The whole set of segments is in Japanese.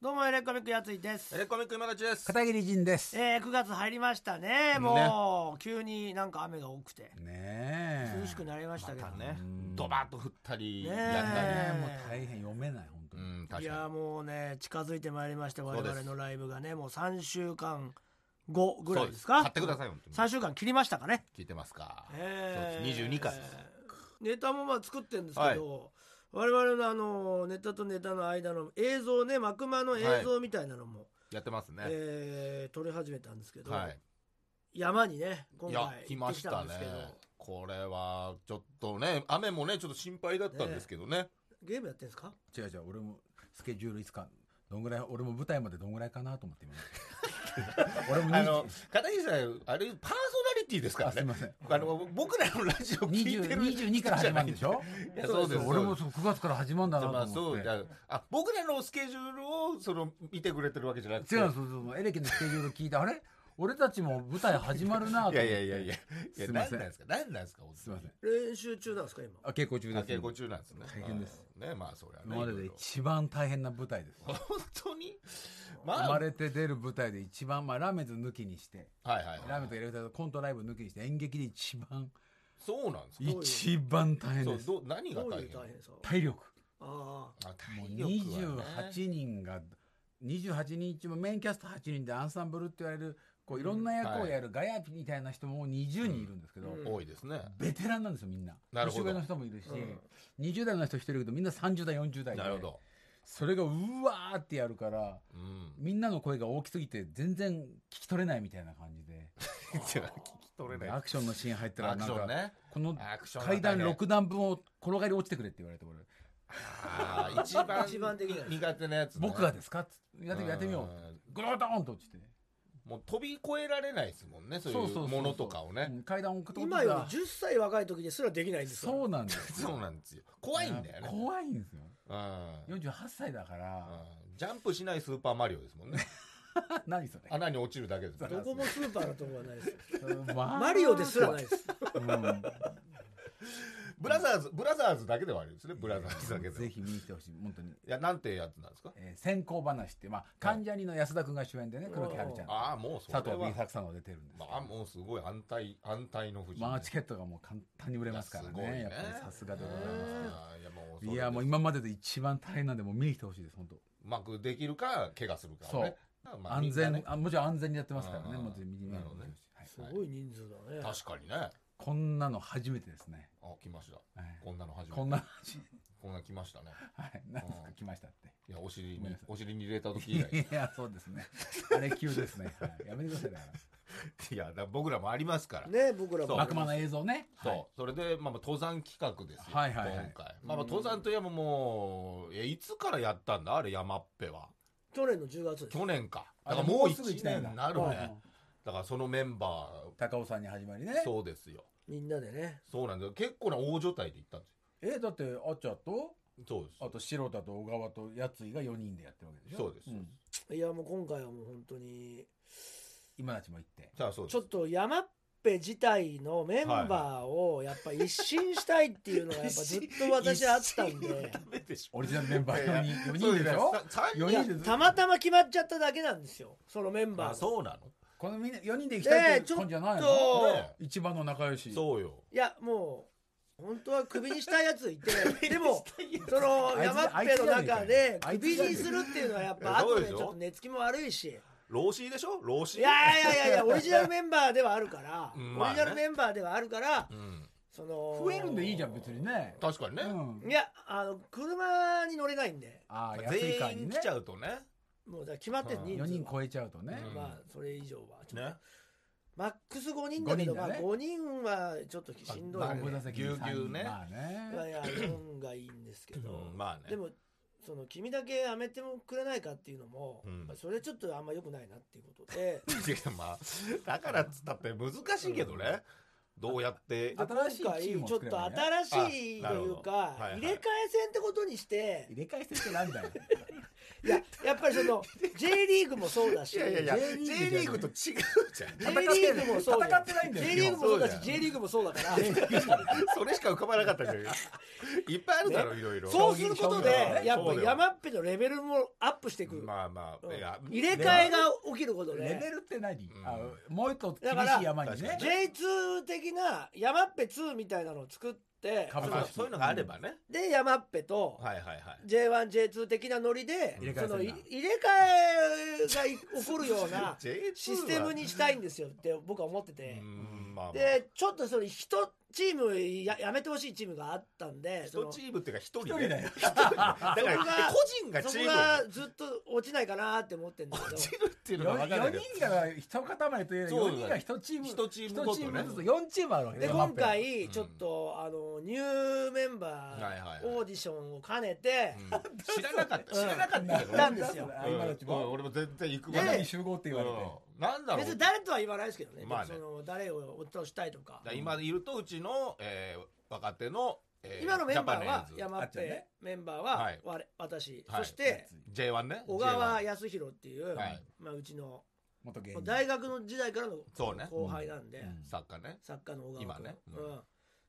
どうもエレコミックやついですエレコミック今立ちです。片桐仁です。えねー、9月入りましたねもう急になんか雨が多くてえ。涼しくなりましたけど、またね、ドバッと降ったり、ねやえったねえもう大変読めない本当り。うに。ん、い確やかもうね近づいてまいりまして我です々のライブがねもう3週間後に。ぐらいですか買ってください、本当に。 3週間切りましたかね聞いてますか。えそうーです22回です。ネタもまあ作ってるんですけど、我々のあのネタとネタの間の映像ね幕間の映像みたいなのも、やってますね。えー撮り始めたんですけど、はい。山にね今回いや、来行っまてきしたたんねですけど、。これは、ちょっとね、雨もね、ちょっと心配だったんですけどね。ゲームやってんですか違う違う俺もスケジュールいつかどんぐらい俺も舞台までどんぐらいかなと思 って今。俺もあ20の、片桐さん、あれ、パーソナリティですからあすいねま。せん。あの、僕らのラジオ聞いてる。 20 22から始まるんでしょ。いやそうです。俺もそう9月から始まるんだまなあとそ思っうて。だあ僕らのスケジュールをその見てくれてるわけじゃなくて違うそうそうエレキのスケジュール聞いてあれ俺たちも舞台始まるなと思っいて。やいやいやいや。いやすいま何せんなんですか何なんですか本当にすいません。練習中なんですか今あ稽古中です。稽古中なんですね大変ですはいねまあそりゃね今までいろでいろ一番大変な舞台です。本当にまあ生はまいれて出る舞台で一番まあラーメンズ抜きにして。はいはいラーメンとか入れたコントライブ抜きにして演劇で一番そうなんですかどういう一番大変そでうすどう何がどう大い変う大変さ体力ああもう体力はね28人が28人中もメインキャスト8人でアンサンブルって言われるこういろんな役をやるガヤみたいな人も20人いるんですけど、うん多いですねベテランなんですよみんななるほど年上の人もいるし、うん20代の人一人いるけどみんな30代40代でなるほどそれがうわーってやるからうん みんなの声が大きすぎて全然聞き取れないみたいな感じでじゃあ聞き取れないアクションのシーン入ったらアクなんションかねこのアクションは大階変段6段分を転がり落ちてくれって言われて俺あー一番一番できない苦手なやつね僕がですかっつってやってみやってみよううんグロードーンと落ちてもう飛び越えられないですもんねそうそういそうそううものとかをね うん階段を置くあと今より10歳若い時ですらできないんですからそうなんですそうなんですよ怖いんだよね怖いんですようん48歳だからうんジャンプしないスーパーマリオです もんね何それ穴に落ちるだけですもんねどこもスーパーなとこはないですまあマリオですらないですうんブラザーズ、ブラザーズだけではあるんですね。ブラザーズだけでは。ぜいひ見に来てほしい本当にや、なんてやつなんですか。えー先行話ってまあ関ジャニの安田君が主演でね黒木華ちゃんああ、もうそれは。佐藤 B 作さんが出てるんですけまどあ、もうすごい安泰、安泰の富士。まあチケットがもう簡単に売れますからいやすごいねねやっぱりさすがでございますいや、もう。いやもう今。今までで一番大変なんでもう見に来てほしいです本当うまくできるか、怪我するかをね。まあ安全、みんなねあもちろん安全にやってますからねうんもうぜひ見に見に来てほしいなるほはいすごい人数だね確かにね。こんなの初めてですね、あ、来ました。はいこんなの初めて。こんな初めてこんな来ましたね。はい何ですうかん来ましたっていや、お尻ごめにんなさ、いお尻に入れた時以 来。いやそうですねあれ急ですね、はい、やめてくださいだかいや、だから僕らもありますから。ね僕らそらう悪魔の映像ねそう、はいそれで、まあ、まあ登山企画ですよ、はいはいはい今回、まあ、まあ登山といえばもうえいつからやったんだあれ山っぺは去年の10月です去年かあだからもうもうすぐ1一年年だになるはいはねいだからそのメンバ高尾さんに始まりねーそうですよみんなでねそうなんですよ結構な大所帯で行ったんですえだってあっちゃんとよそうですあと白田と小川とやついが4人でやってるわけでしょそうですんいやもう今回はもう本当に今たちも行ってさあそうでちょすっと山っぺ自体のメンバーをやっぱ一新したいっていうのがやっぱずっと私あったんでダメでしょオリジナルメンバー4人4 そ人うでしすょさ三4いや人でたまたま決まっちゃっただけなんですよそのメンバあーがそうなのこのみんな4人で行きたいって感じじゃなねえいちょっのそうね一番の仲良しそうよいやもう本当はクビにしたいやつい てでもそのあいつ山っぺの中であクいつビじゃねえかよにするっていうのはやっいぱやそ後うででしちょょっと寝つきも悪いし老子でしょ老子いやいやいやい やオリジナルメンバーではあるからうんオまあリねジナルメンバーではあるからうんその増えるんでいいじゃん別にね確かにね、うんいやあの車に乗れないんでああ安い全感じ員ね来ちゃうとねもうだから決まってる人数4は人超えちゃうとね、うんまあそれ以上はちょっとねマックス5人だけど五人だねまあ5人はちょっとしんどいまああごごめんめんななささいいぎゅうぎゅうねまあいやいねや日本がいいんですけどうんまあねでもその君だけあめてもくれないかっていうのも、うんまあそれちょっとあんま良くないなっていうことでいやまあだからっつったって難しいけどね、どうやってで新しい今回チームをちょっ作れとばね新しいとあなるいほうどか、はいはい 入れ替え戦ってことにして 入れ替え戦ってなんだよいややっぱりその J リーグもそうだしいやいやいや J J リーグじゃないリーグと違うじゃん J リーグもそうだ戦ってないんだよ J リーグもそうだそしうだ J リーグもそうだからそれしか浮かばなかったじゃんいっぱいあるだろいろいろそうすることでやっそぱうだよ山っぺのレベルもアップしていく、まあまうんあいや入れ替えが起きることでレベルって何、うんあもう一個厳だからしい山にね確か J2 的な山っぺ2みたいなのを作って株まあ式そういうのがあればねで山っぺとはいはいはい J1J2 的なノリで入れ替えそのすいるんだ入れ替えが起こるよう な J2 はシステムにしたいんですよって僕は思ってうて。んまあまあでちょっとその一チームややめてほしいチームがあったんでそ一のチームっていうか一人一人だよだからそこが個人がそチーこムだがよずっと落ちないかなって思ってるんだけ 落どちるっていうのが分4からないけど人が一塊というよりそうだ4人が一チーム一チームごとね一ずつ4チームあるわけねで山っ今ぺは回ちょっと、あのニューメンバはいはいーはいオーディションを兼ねて、うん知らなかったうん知らなかったけど行ったんですよあ今のうちうんも俺も全然行くでま山でに集合って言われてうんなんだろう別に誰とは言わないですけどね,でも、まあねその誰を落としたいとかだから今いるとうちの、えー若手の、え今のメンバーはジャパネーズ山っあっちゃんぺねメンバーははい我私、はいそして、 J1 ね小川 J1 康弘っていう、はいまあ、うちの元芸もう人大学の時代からのそうね後輩なんで、うんサッカーね作家の小川君今ねううんん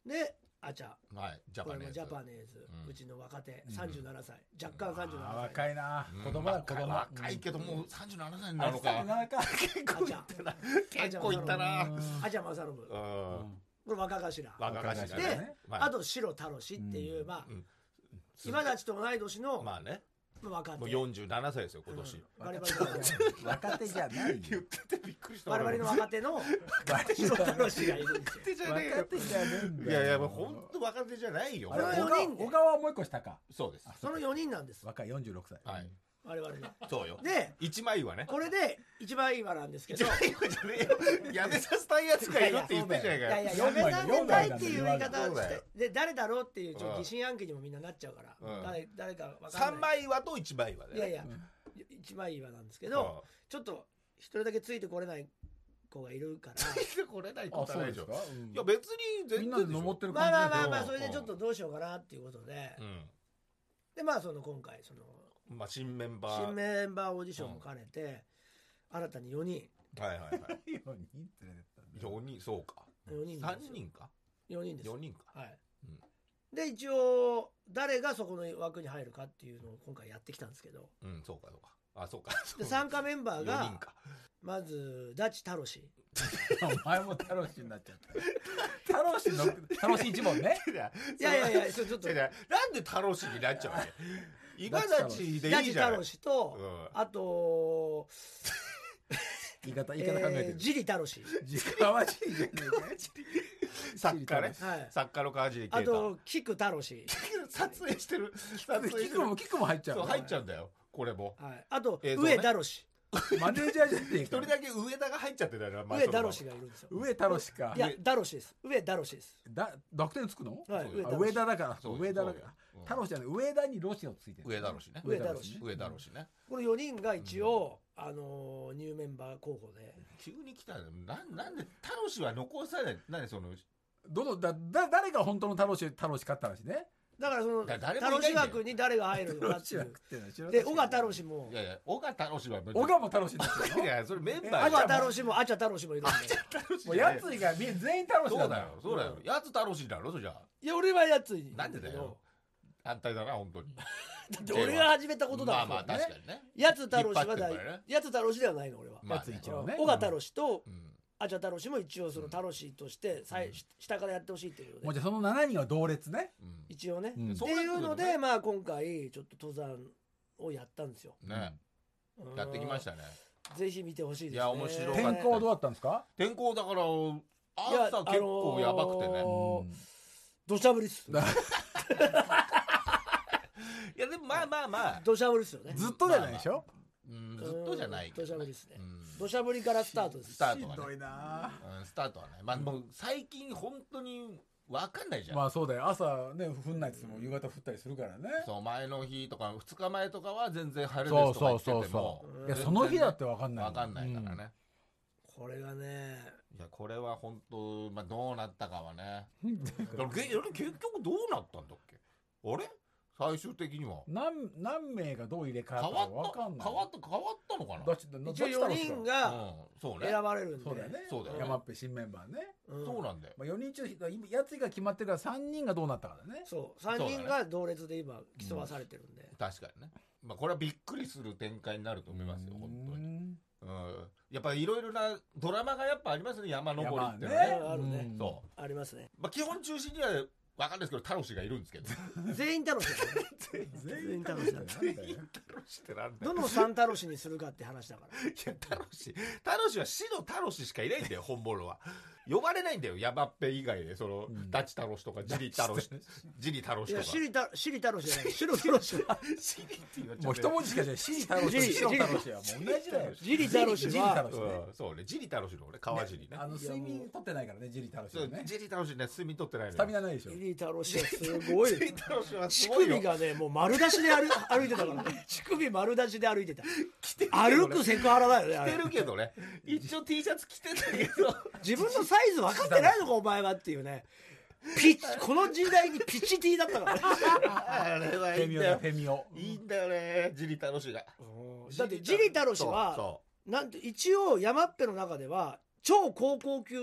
であちゃはいジャこパれネもージズャパネーズ、ううんちの若手うん37歳、若干37あー歳若いなうん子供だ若子い供若いけどもう37歳なあの37かか結構いったなあ結構いったなあちゃ正信こううんんれ若頭、若頭でねまあと白太郎氏っていう、うんまあうん今たちと同い年の、まあね若手もう47歳ですよ今年、うん我若々手じゃのない若手じゃないよ言っててびっくりした我々の若手の白太郎氏がいるんですよ手じゃねえ若手じゃねえんよいだよやいやもう本当若手じゃないよあれこの小四川人で小川はもう一個したかそうですあその4人なんです若い46歳はい我々のそうよで一枚はねこれで一番いいわなんですけ一ど枚岩じゃねえよやめさせたいやつがいるって言ってんじゃないいかやいやよやめさめたいっていう言い四枚方だをよしてで誰だろうっていうちょっとうん疑心暗鬼にもみんななっちゃうから、うん誰誰か分か三んない枚岩と一枚岩でいやいやや一枚岩なんですけど、ちょっと一人だけついてこれない子がいる からこれないあことそうないじですゃんかうんいや別に全然みんなで登っててるまあまあ感じまあまであそれでちょっとどうしようかなっていうことで、うでまあその今回そのんまあ新メンバー新メンバーオーディションも兼ねて、新たに4人はいはいはい4人連れてったんだよ四人そうか四人三人か4人です四人かはい、うんで一応誰がそこの枠に入るかっていうのを今回やってきたんですけどうんそうかそうかあそうかで参加メンバー四人がかまずダチ太郎氏お前も太郎氏になっちゃった。太郎氏の、太郎氏一問ね。い やいやいやいや、ちょちょっと違う違う、なんで太郎氏になっちゃう わけ今立ちでダいチいじゃ太ない郎氏と、うんあと、言い方、え言い方考えてーる。ジリ太郎氏、じかわじいじゃねえかよ。作家ねはい、作家の川尻あ圭太と、キク太郎氏、撮影してる撮影キしてクるも、キクも入っちゃうその。う入っちゃうんだよこれもはい、あと、映像ね上太郎氏、マネージャーじゃねえ一か人。だけ上田が入っちゃってたよなま上あその太郎氏がいるんですよ。上太郎氏かい。や、太郎氏です。上太郎氏です。だ、濁点つくのはい、そう上太よあ郎上氏。田だから、そう上田だかそうらよ。うん太郎氏じゃない、上田にロシアをついてる。上田郎氏ね上田郎氏上田郎氏ねこの4人が一応、あのー、ニューメンバー候補で。急に来たよなんなんで太郎氏は残さない何そのどの、だ、だ、誰が本当の太郎氏、太郎氏勝ったらしいね。だから、その、だ太誰も郎いないんだ氏よ枠に誰が入るのかロってシいアう食。ってない知らないで、小川太郎氏もい、やいや小川太郎氏は小川も太郎氏になっちゃういのやいやそれメン小バー川じゃん太郎氏も、あちゃ太郎氏もいるんで。太郎氏もうじゃやねえつ以外みん全員太郎氏そなんうだよそうだよやつ太郎氏だろそれじゃあいや、俺はやつに。なんでだよ。反対だな本当にだって俺が始めたことだまかあまらあね確かにねやつ太郎氏引はっ張っだてるからねやつ太郎氏ではないの俺は、まあやつね一応ね。小川太郎氏とうんあちゃ太郎氏も一応その太郎氏として最、下からやってほしいっていうのもうでじゃあその7人は同列ね。うん一応ね、うんっていうのでまあ今回ちょっと登山をやったんですよねやってきましたねぜひ見てほしいですねいや面白かった天候はどうだったんですか天候だからいや朝結構やばくてあねの土砂降りっすだいやでもまあまあまあ土砂降りっすよねずっとじゃないでしょ、うんずっとじゃないけうん土ど砂降ねりっすねうん土砂降りからスタートですスターしトんはどねいなうんスタートはねまあもう最近本当に分かんないじゃんまあそうだよ朝ね降んないって言っても夕方降ったりするからねそう前の日とか2日前とかは全然晴れそでうすとかそ言うっててそもうそうんういやその日だって分かんない分かんないから、ね、これがねいやこれは本当、 まあ、どうなったかはねうんだからけ結局どうなったんだっけあれ最終的には。何何名がどう入れ替変わったわっかわかたんない変わった、変わったのかなどっちだどっち一応だろう4人がうん、そうね。選ばれるんでそうだよねそうだよね山っぺ新メンバーね、うんそうなんだよ。まあ、4人中今やつが決まってるから3人がどうなったからねそう3人が同列で今競わされてるんで確かにね。まあ、これはびっくりする展開になると思いますよ、本当に。うん。やっぱりいろいろなドラマがやっぱありますね、山登りっていうのはうね。んあるねうんそありますねう。まあ、基本中心には分かんないですけど、タロシがいるんですけど。全員太郎氏だね全全員楽員しい楽し タロシってなんだよど。の三太郎氏にするかって話だからいや、タロシ、タロシは死のタロシしかいない んだよ、本物は。呼ばれないんだよ、ヤバっぺ以外で、その、んダチタロシとか、ジリタロシ、ジリタロいシとやか。シリタシリ太郎氏じゃないシロ太郎氏はシリって言われちゃもう一文字しかじゃない。シリ太郎ジリ氏とシロ太郎氏はもう同じだよ。ジリ太郎氏はジリ太郎氏ね。うん、そうね、ジリタロシの俺、川尻ね。あの睡眠取ってないからね、ジリ太郎氏そはうね。ジリタロシね、睡眠取ってないのよスタミナないでしシょ。リ太郎氏はすごいジリタロシはす乳ごい首よ。がねもう丸出しで歩歩いてたからね乳首丸出しで歩いてた着てるけどね歩くセクハラだよねあ着れてるけどね。一応 T シャツ着てたけ ど、自分のサイズ分かってないのかお前はっていうねピッチこの時代にピチティだったからねあれはフいェいんミオだだ、よフ。ェミオ。いいんだよね、ジリタロシが。だってジリ太郎氏はそなんと一応山っぺの中では超高校級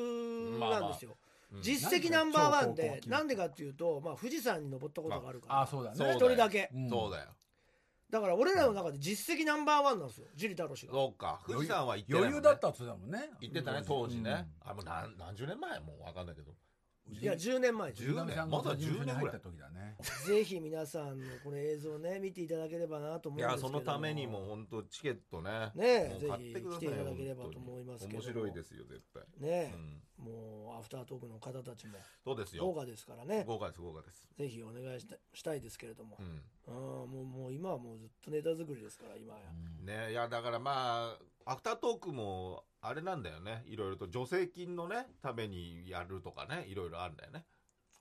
なんですよ、うそううん実績ナンバーワン何が超高で級なんでかっていうと、まあ、富士山に登ったことがあるから、あ、そうだそうね一。よ人だけうんそうだよ。だから俺らの中で実績ナンバーワンなんですよジリ太郎氏がそうか、富士山は行ってないもん余ね裕だったっつってたもんね。言ってたね、当時ね。あ、もう何、何十年前もうわかんないけど。うん。いや10年前です10 10年。年ままだだ10年10年入ぐらったい。時だね。ぜひ皆さんのこの映像ね見ていただければなと思いうんですや、けどそのためにも本当チケットね。ねえもう買ってくださぜひ来てよいただければ本当にと思いますけども面白いですよ、絶対。うね、ん。もうアフタートークの方たちもそうです豪よ。華ですからね豪華です、豪華です。ぜひお願いしたしたいですけれどもう、ん。うん、もうもう今はもうずっとネタ作りですから今や、ねいや、だからまあ、アフタートークも、あれなんだよね。いろいろと助成金のね、ためにやるとかね、いろいろあるんだよね。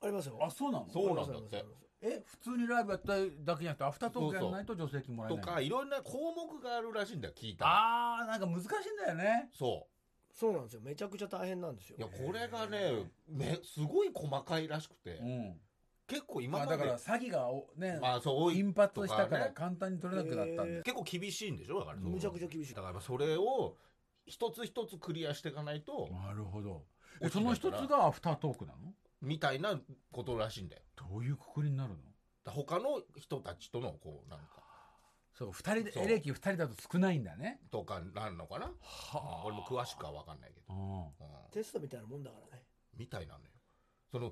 ありますよあ、そうなのそうなんだっあてりますありますえ、普通にライブやっただけじゃなくて、アフタートークやらないと助成金もらえとない。か、いろんな項目があるらしいんだよ、聞いたら。あー、なんか難しいんだよね。そう。そうなんですよめちゃくちゃ大変なんですよいや、これがね、め、すごい細かいらしくて、うん。結構今まあまだで、から詐欺がおね、まあそう、多イいンパクトしとたかからね簡単に取れなくなったんで。結構厳しいんでしょだから、むちゃくちゃ厳しいだからそれを、一つ一つクリアしていかないと、なるほど。落ちそないのから一つがアフタートークなのみたいなことらしいんだよ。どういうくくりになるのだ他の人たちとの、こう、なんか、そう、二人で、そうエレキ二人だと少ないんだね。とかなるのかな、うん俺も詳しくはわかんないけど、うんうんテストみたいなもんだからねみたいなのよ。その、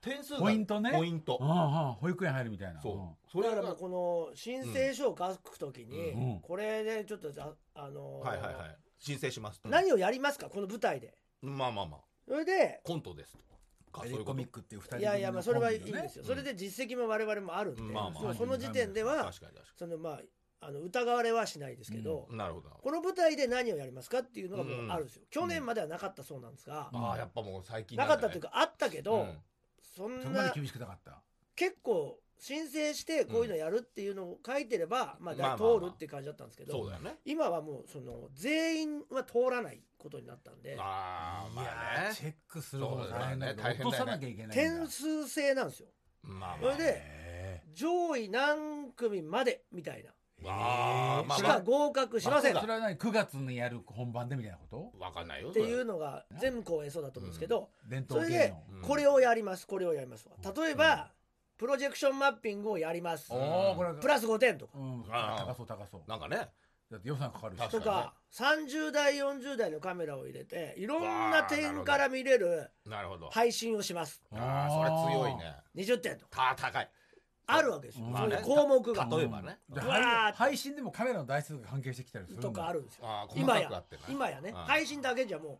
点数が、ポイントねポイント。ああ、保育園入るみたいな。そう。そだれからもがう、この申請書を書くときに、うんうんこれでちょっとああのーはいはいはい。申請しますと。何をやりますかこの舞台でまあまあまあ、それでコントですとか。そうん。エういレうこコとミックっていう二人組いのやいやまあそれはいいんコンビのねですよ、それで実績も我々もあるんで、うんまあまあそうその時点では確かに確かそのまああの疑われはしないですけど、に。なるほどな。この舞台で何をやりますかっていうのがもうあるんですよ、去年まではなかったそうなんですが、ああ、やっぱもう最近なかったというか、かあったけど、うんそんそこまでな厳しくなかった。結構申請してこういうのやるっていうのを書いてれば、まあまあまあまあ通るっていう感じだったんですけど、そうだよね。今はもうその全員は通らないことになったんでああ、まいあやねー。チェックする方が大変だけど、そうだよね大変だよね落とさなきゃいけないんだ。点数制なんですよまあそまれあ。でへ上位何組までみたいなああ、まあしまか合格しませんーまっあそれは何 ?9 月にやる本番でみたいなことあ、わかんないよ。ていうう。のが全部公演そうだと思うんですけど、伝そ統れ芸で能。うんこれをやりますこれをやります例えばプロジェクションマッピングをやりますうんおおこれプラス5点とかうん、あー高そう高そう。なんかね、だって予算かかるし。確とか30代40代のカメラを入れていろんな点から見れるなるほど。配信をしますああ、それは強いね。 20点とかた、高い。あるわけですようんそういうまあね項目が例えばね。でうわー配配信でもカメラの台数が関係してきたりするんだとかあるんですよああ、細今かくあやってね。今やねうん配信だけじゃもう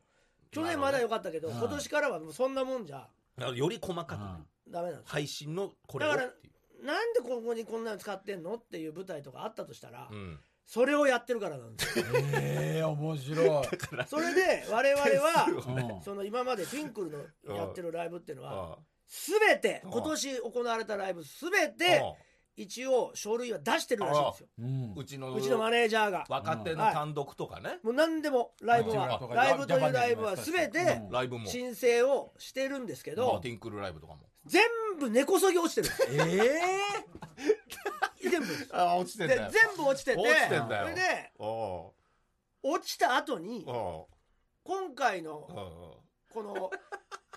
去年まだ良かったけどなるほ今どね年からはもうそんなもんじゃだからより細かくねダメなんですよ配信のこれをだからっていうなんでここにこんなの使ってんのっていう舞台とかあったとしたらうん。それをやってるからなん ですよええ面白い。それで我々 は点数をねその今までトゥインクルのやってるライブっていうのはあ全てうん今年行われたライブ全あて一応書類は出してるらしいんですようんうちの、うちのマネージャーが若手の単独とかね。もう何でもライブうんはとライブというライブはすべ全てライブも。申請をしてるんですけまあどティンクルライブとかも。全部根こそぎ落ち てるえ え全部ですあ落ちてんでだ全よ部落ちてて落ちてんだよそれでお落ちた後にうお今回うのおうこの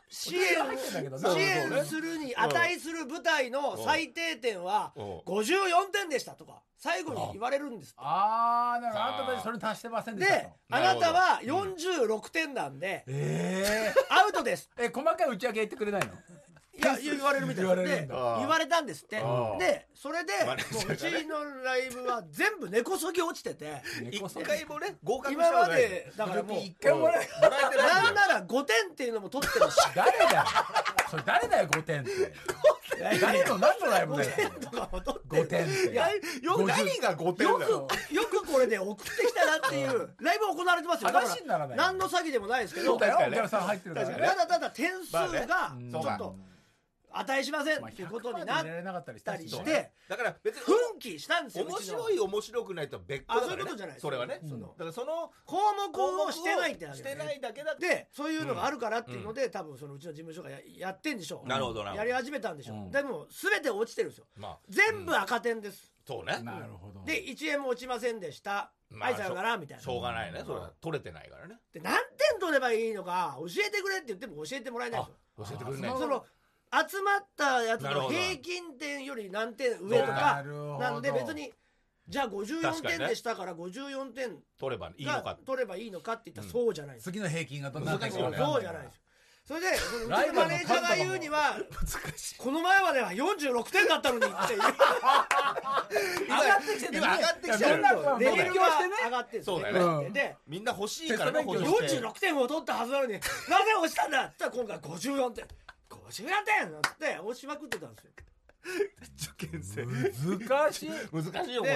支援をだけ どなそう支そうね援するに値する舞台の最低点はおう54点でしたとか最後に言われるんですああだからあんたたちそれに達してませんでしたでとなあるなほどたは46点なん でえアウトですええ細かい打ち上げ言ってくれないのいや言われるみたいな言われるでんだあー言われたんですってあーでそれでマもネージャーうがうちのライブは全部根こそぎ落ちてて猫一そば回もね合格した今こまとないでだからもう一回もらえもらえてないなんんだなよら5点っていうのも取って るし誰だよそれ誰だよ5点って誰の何のライブだよ5点とかも取って5る点っていやよく50何が5点よだよくよくこれで送ってきたなっていうライブ行われてますよだか話になららない何の詐欺でもないですけそどうだた確かよおにね客さん入ってるから確ねかだただ点数まあねがうんちょっと値しませんっていうことになっ入れられなかったりしたたりしし100%てだから別に奮起したんですよ面う白ちい面白くないとは別個のあだかそういうらことねじゃないですそれはねそだのからその項目をしてないってだけしだよてねないだけだってでそういうのがあるからっていうので、多分そのうちの事務所がややってんでしょうなるほどなるほどやり始めたんでしょう、うんでも全て落ちてるんですよまあ全部赤点です、そうねなるほどで1円も落ちませんでした、まあはいさよならみたいなしょうがないねそれは取れてないからねで何点取ればいいのか教えてくれって言っても教えてもらえないんあですよ教えてくれないあその集まったやつなるのほど平均点より何点上となかるほどなんで別にじゃあ54確かに点ねでしたから54点取ればいいのかが取ればいいのかって言ったらそうじゃないんですよ次の平均がどんな難のしいかよねそうじゃないですよ。それで、そのうちライのブのマネージャーが言うには、この前までは46点だったのにっていう。上がってきてる今上がってきてるどんなのかレベルがしてね上がってるんですそうだよねで、みんな欲しいからね手伝い補助して46点を取ったはずなのに、な ぜ押したんだって言ったら今回54点。54点なんつって押しまくってたんですよ。受験生難しい難しいよこれ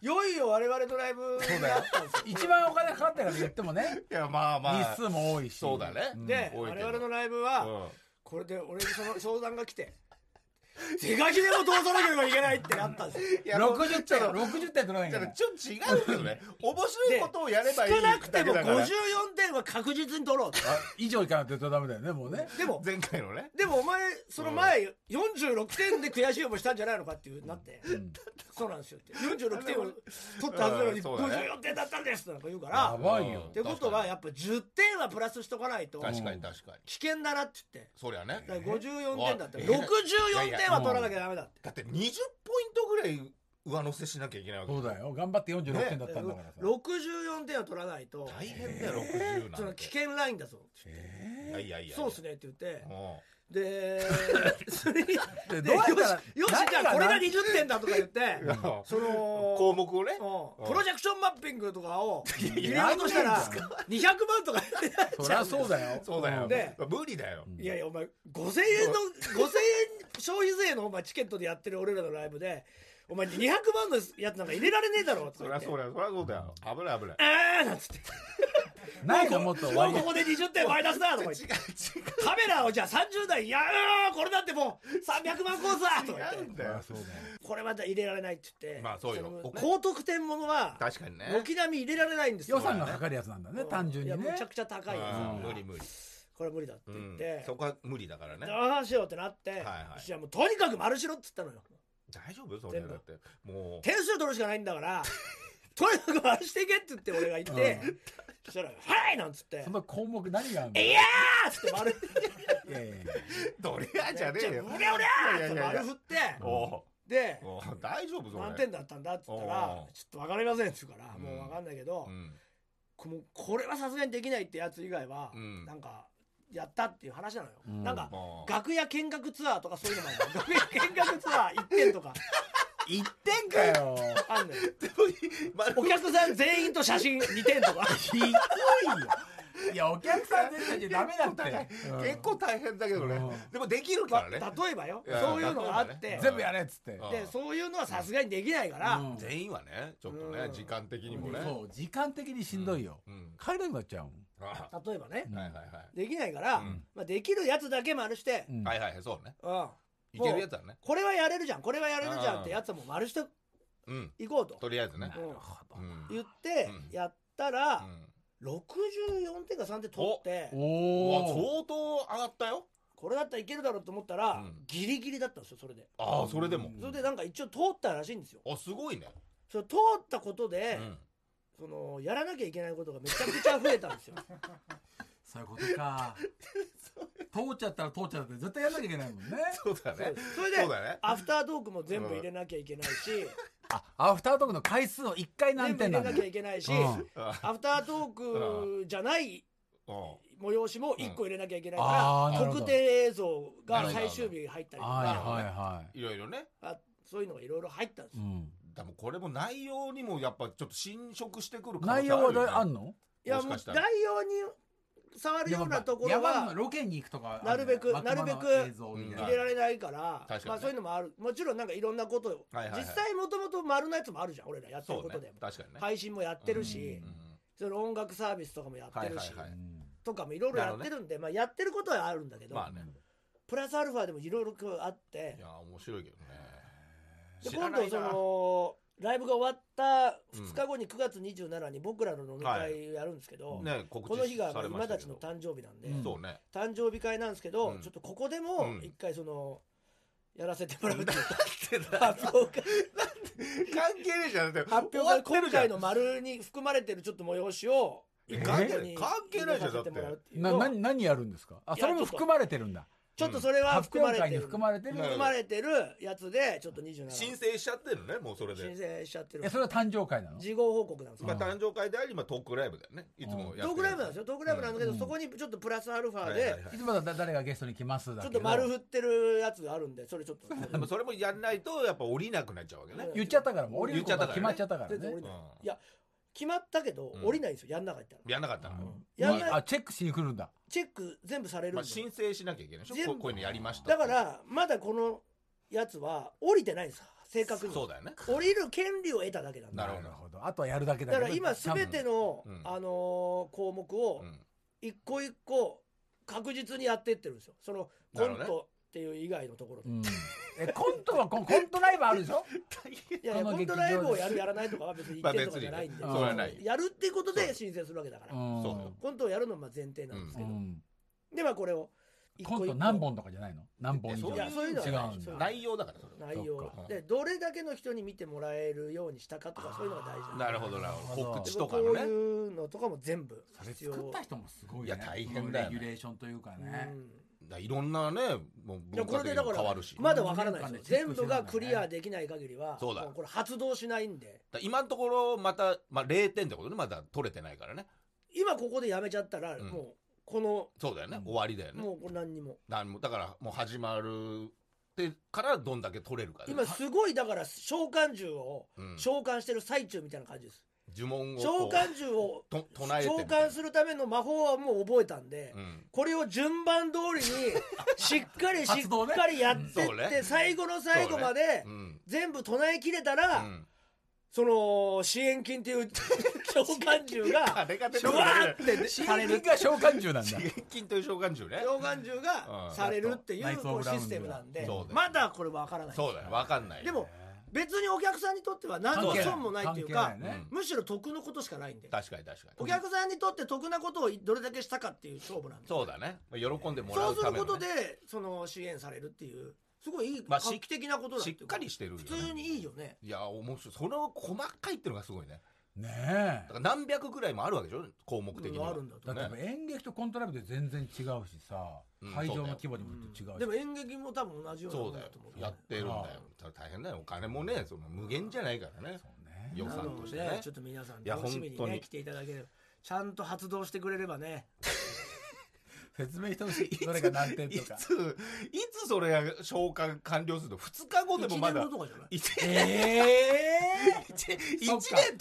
いよいよ我々のライブになったんですよ。一番お金かかったから言ってもねいやまあま日あ数も多いしそうだねで、うん我々のライブうは、んこれで俺にその相談が来て、手書きでも通さなければいけないってなったんですよ。いや60点ちょっと60点取らないちょかっらとちょっと違うけど ね面白いことをやればいい少なくてもだけだから54点は確実に取ろうと。以上いかなって言うとダメだよねもうねでも、前回のねでもお前、その前、46点で悔しい思いしたんじゃないのかっていうなって、そうなんですよって。46点を取ったはずなのうに、んそうだね54点だったんですなんか言うかやら、ばいようんってことは、やっぱ10点はプラスしとかないと、危確かに確かに険だなって言って。そりゃねだから54おい点だったら、いや64点は取らなきゃダメだって。だって20ポイントぐらい上乗せしなきゃいけないわけそうだよ頑張って46点だったんだからさ64点は取らないと、大変だよ60そなのんて危険ラインだぞっていやいやいやそうっすねって言って、も で、それに、ででよし、よし、じゃあこれが何20点だとか言って、ううんその、項目をねううんんプロジェクションマッピングとかを入れいやようとしたやんらないんで200万とかそりゃそうだよそうだよで無理だよいやいやお前5000円の5000円消費税のお前チケットでやってる俺らのライブでお前200万のやつなんか入れられねえだろとそか言っりゃてそうだよそりゃそうだよ危ない危ないああなんつってないのもっともう割こりこで20点マイナスだとか言ってカメラをじゃあ30台いやーこれだってもう300万コースだとか違う言ってんそだりよゃそうだよこれまた入れられないって言ってまあそうよのおね高得点ものは確かにね軒並み入れられないんですよ予算がかかるやつなんだね単純にいやねむちゃくちゃ高いやつうなんんだ無理無理これは無理だってう言っんて、そこは無理だからねどうしようってなって、いはいじゃあもうとにかく丸しろっつったのよ大丈夫それ全部だってもう点数取るしかないんだから とにかく丸していけって言って俺が言って、そしたら「はい!」なんつってその項目何があ「るのいいやー!」っつって丸やいやいやどれ やじゃねえようりゃうりゃ!」っいつやっいてやい丸や振っておでうおう大丈「夫それ何点だったんだ?」っつったらお「ちょっと分かりません」っつうから「うんもう分かんないけど、うんこもうこれはさすがにできない」ってやつ以外は、うんなんかやったっていう話なのよ、うんなんかもう楽屋見学ツアーとかそういうのもあるの 楽屋見学ツアー1点とか言ってんかよあ んのよでもいいまあお客さん全員と写真2点とかひどいよいやお客さん出てちゃダメだってうん結構大変だけどねうんでもできるからね例えばよいやそういうのがあっ例てえばね全部やれっつってうんでそういうのはさすがにできないから、うん全員はねちょっとうねん時間的にもねそう時間的にしんどいようん帰れなくなっちゃうもんあ例えばねうんはいはいはいできないから、うんまあ、できるやつだけ丸して、うんはいはいはいそうねうんいけるやつだねこれはやれるじゃんこれはやれるじゃんってやつはもう丸してうんいこうととりあえずねうんうん言ってうんやったら、うん64点か3点取っておうわお相当上がったよこれだったらいけるだろうと思ったら、うんギリギリだったんですよそれでああそれでもうんそれでなんか一応通ったらしいんですよあすごいねそれ通ったことうで、んそのやらなきゃいけないことがめちゃくちゃ増えたん ですよそういうことか 通っちゃったら通っちゃったら絶対やんなきゃいけないもんねそうだねそれでそうだねアフタートークも全部入れなきゃいけないし、あアフタートークの回数を1回全何部点入なれんだなきゃいけないし、うんあアフタートークじゃないうん催しも1個入れなきゃいけないあーかなら、るほど特定映像が最終日入ったりとはいか、はいはいいろいろねあそういうのがいろいろ入ったんですうよ。んでもこれも内容にもやっぱちょっと侵食してくる可能内性ある容よはねだあんのいや、ももうしかした内ら容に触るようなところやばいのはロケに行くとかなるべくあのなねるべく悪魔の映像みたいなうん入れられないから、確かにねまあそういうのもある。もちろんなんかいろんなことを、はいはいはい実際もともと丸のやつもあるじゃん、俺らやってるそこうとねでも。確かにね配信もやってるし、ううんその音楽サービスとかもやってるし、はいはいはいうんとかもいろいろやってるんで、まあやってることはあるんだけど、まあねプラスアルファでもいろいろこうあってい、や面白いけどねで知今らな度いそなのライブが終わった2日後に9月27に僕らの飲みは会やるんですけど、うんね告この日知がされま今したたちけのど誕生日なんで、うんそうね誕生日会なんですけど、うんちょっとここでもうん一回そのやらせてもらうっていうってな 発表会関係ねえじゃんだって発表終わ会ってる今じゃん回の丸に含まれてるちょっと催しを一回後にえ関係ないじゃんさせてもらうっていうなのを何何やるんですかあいそやれも含まれてるんだちょっとそれは発含ま表れ会てにる含まれてるうん含まれてるやつでちょっと27申請しちゃってるねもうそれ申で請しちゃってるえそれは誕生会なの事後報告なんですけどまあ誕生会でありまあトークライブだよねいつもやってるやつトークライブなんですよトークライブなんだけど、うんそこにちょっとプラスアルファはいで、はいはいいつもだったら誰がゲストに来ますだちょけっどと丸振ってるやつがあるんでそれちょっと でもそれもやんないとやっぱ降りなくなっちゃうわけね言っちゃったからもう降りることが決ま言っっちゃったから全然降ねりない、うんいや決まったけど、うん降りないんですよやんなかったらやんなかったあらやんないにあチェックしに来るんだチェック全部されるんまで、あ申請しなきゃいけないでし全ょ部ここういうのやりましただからまだこのやつは降りてないんです正確にそうだよね降りる権利を得ただけなんなだるほどどあとはやるだけだだから今すべ全ての、うんあのー項目をうん一個一個確実にやってってるんですよそのコンなるほどねトっていう以外のところで、うんえコントはコンコントライブあるでしょいやいやこコのン劇ト場ライブをやるやらないとかは別にま一あ定別とかにじねゃないんで、うんそれはないやるっていうことそでう申請するわけだから、んそうだよコントをやるのはまあ前提なんですけうど、んでまあこれを一個コ一個ント何本とかじゃないの何本以上いやそういうのは違ないうんだ内容だからそれ内容がそっかでどれだけの人に見てもらえるようにしたかとかそういうのが大事んでなるほどなるほどなるほど告で知とかのこうねいうのとかも全部それ必要作った人もすごいねいや大変だよねそのレギュレーションというかうねんいろんなねもういや文こ化れで的にだ変からわるしまだわからないですよ全文化でチェックして部るんだねがクリアできない限りはそうだもこれ発動しないんでだから今のところまた、まあ、0点ってことねまだ取れてないからね今ここでやめちゃったら、うんもうこのそうだよね、うん終わりだよねもうこれ何にもなんもだからもう始まるってからどんだけ取れるかね、今すごいだから召喚獣をうん召喚してる最中みたいな感じです、呪文を召こう喚獣をと唱えて召喚するための魔法はもう覚えたんで、うんこれを順番通り にしっかりし発動っねかりやってっそうねて最後の最後までうん全部唱えきれたら、うんその支援金っていう 召喚獣があれが出シてュくるワーだっけて新される人が召喚獣なんだで現金という召喚獣ね召喚獣がうんされるっていナイうトこオうブラウンシジステムなんでそうだよまだこれわからないそうだよわかんないよでも別にお客さんにとっては何の損もないっていうか関係なねむしろ得のことしかないんで確かに確かにお客さんにとって得なことをどれだけしたかっていう勝負なんでそうだねまあ喜んでもらそううすたるめこのとね、でその支援されるっていうすごいいいま画あし期的なことだてしいうかっかりしてるよ、ね、普通にいいよねいや面白いその細かいっていうのがすごいねねえだから何百ぐらいもあるわけでしょ項目的にうんはあるんだとだ思うってやっぱ演劇とコントライブで全然違うしさ、うん会場の規模にもよって違うし、でも演劇も多分同じようなそもうんだだよと思うやってるんだよは大変だよお金もねその無限じゃないからねそうね予な算のとしてで、ねちょっと皆さんいや楽しみに本当ねに来ていただければちゃんと発動してくれればね説明してほしいどれが何点いとつかいつそれが消化完了するの2日後で1も年まだ後とかじゃない1 年唱え続ええそ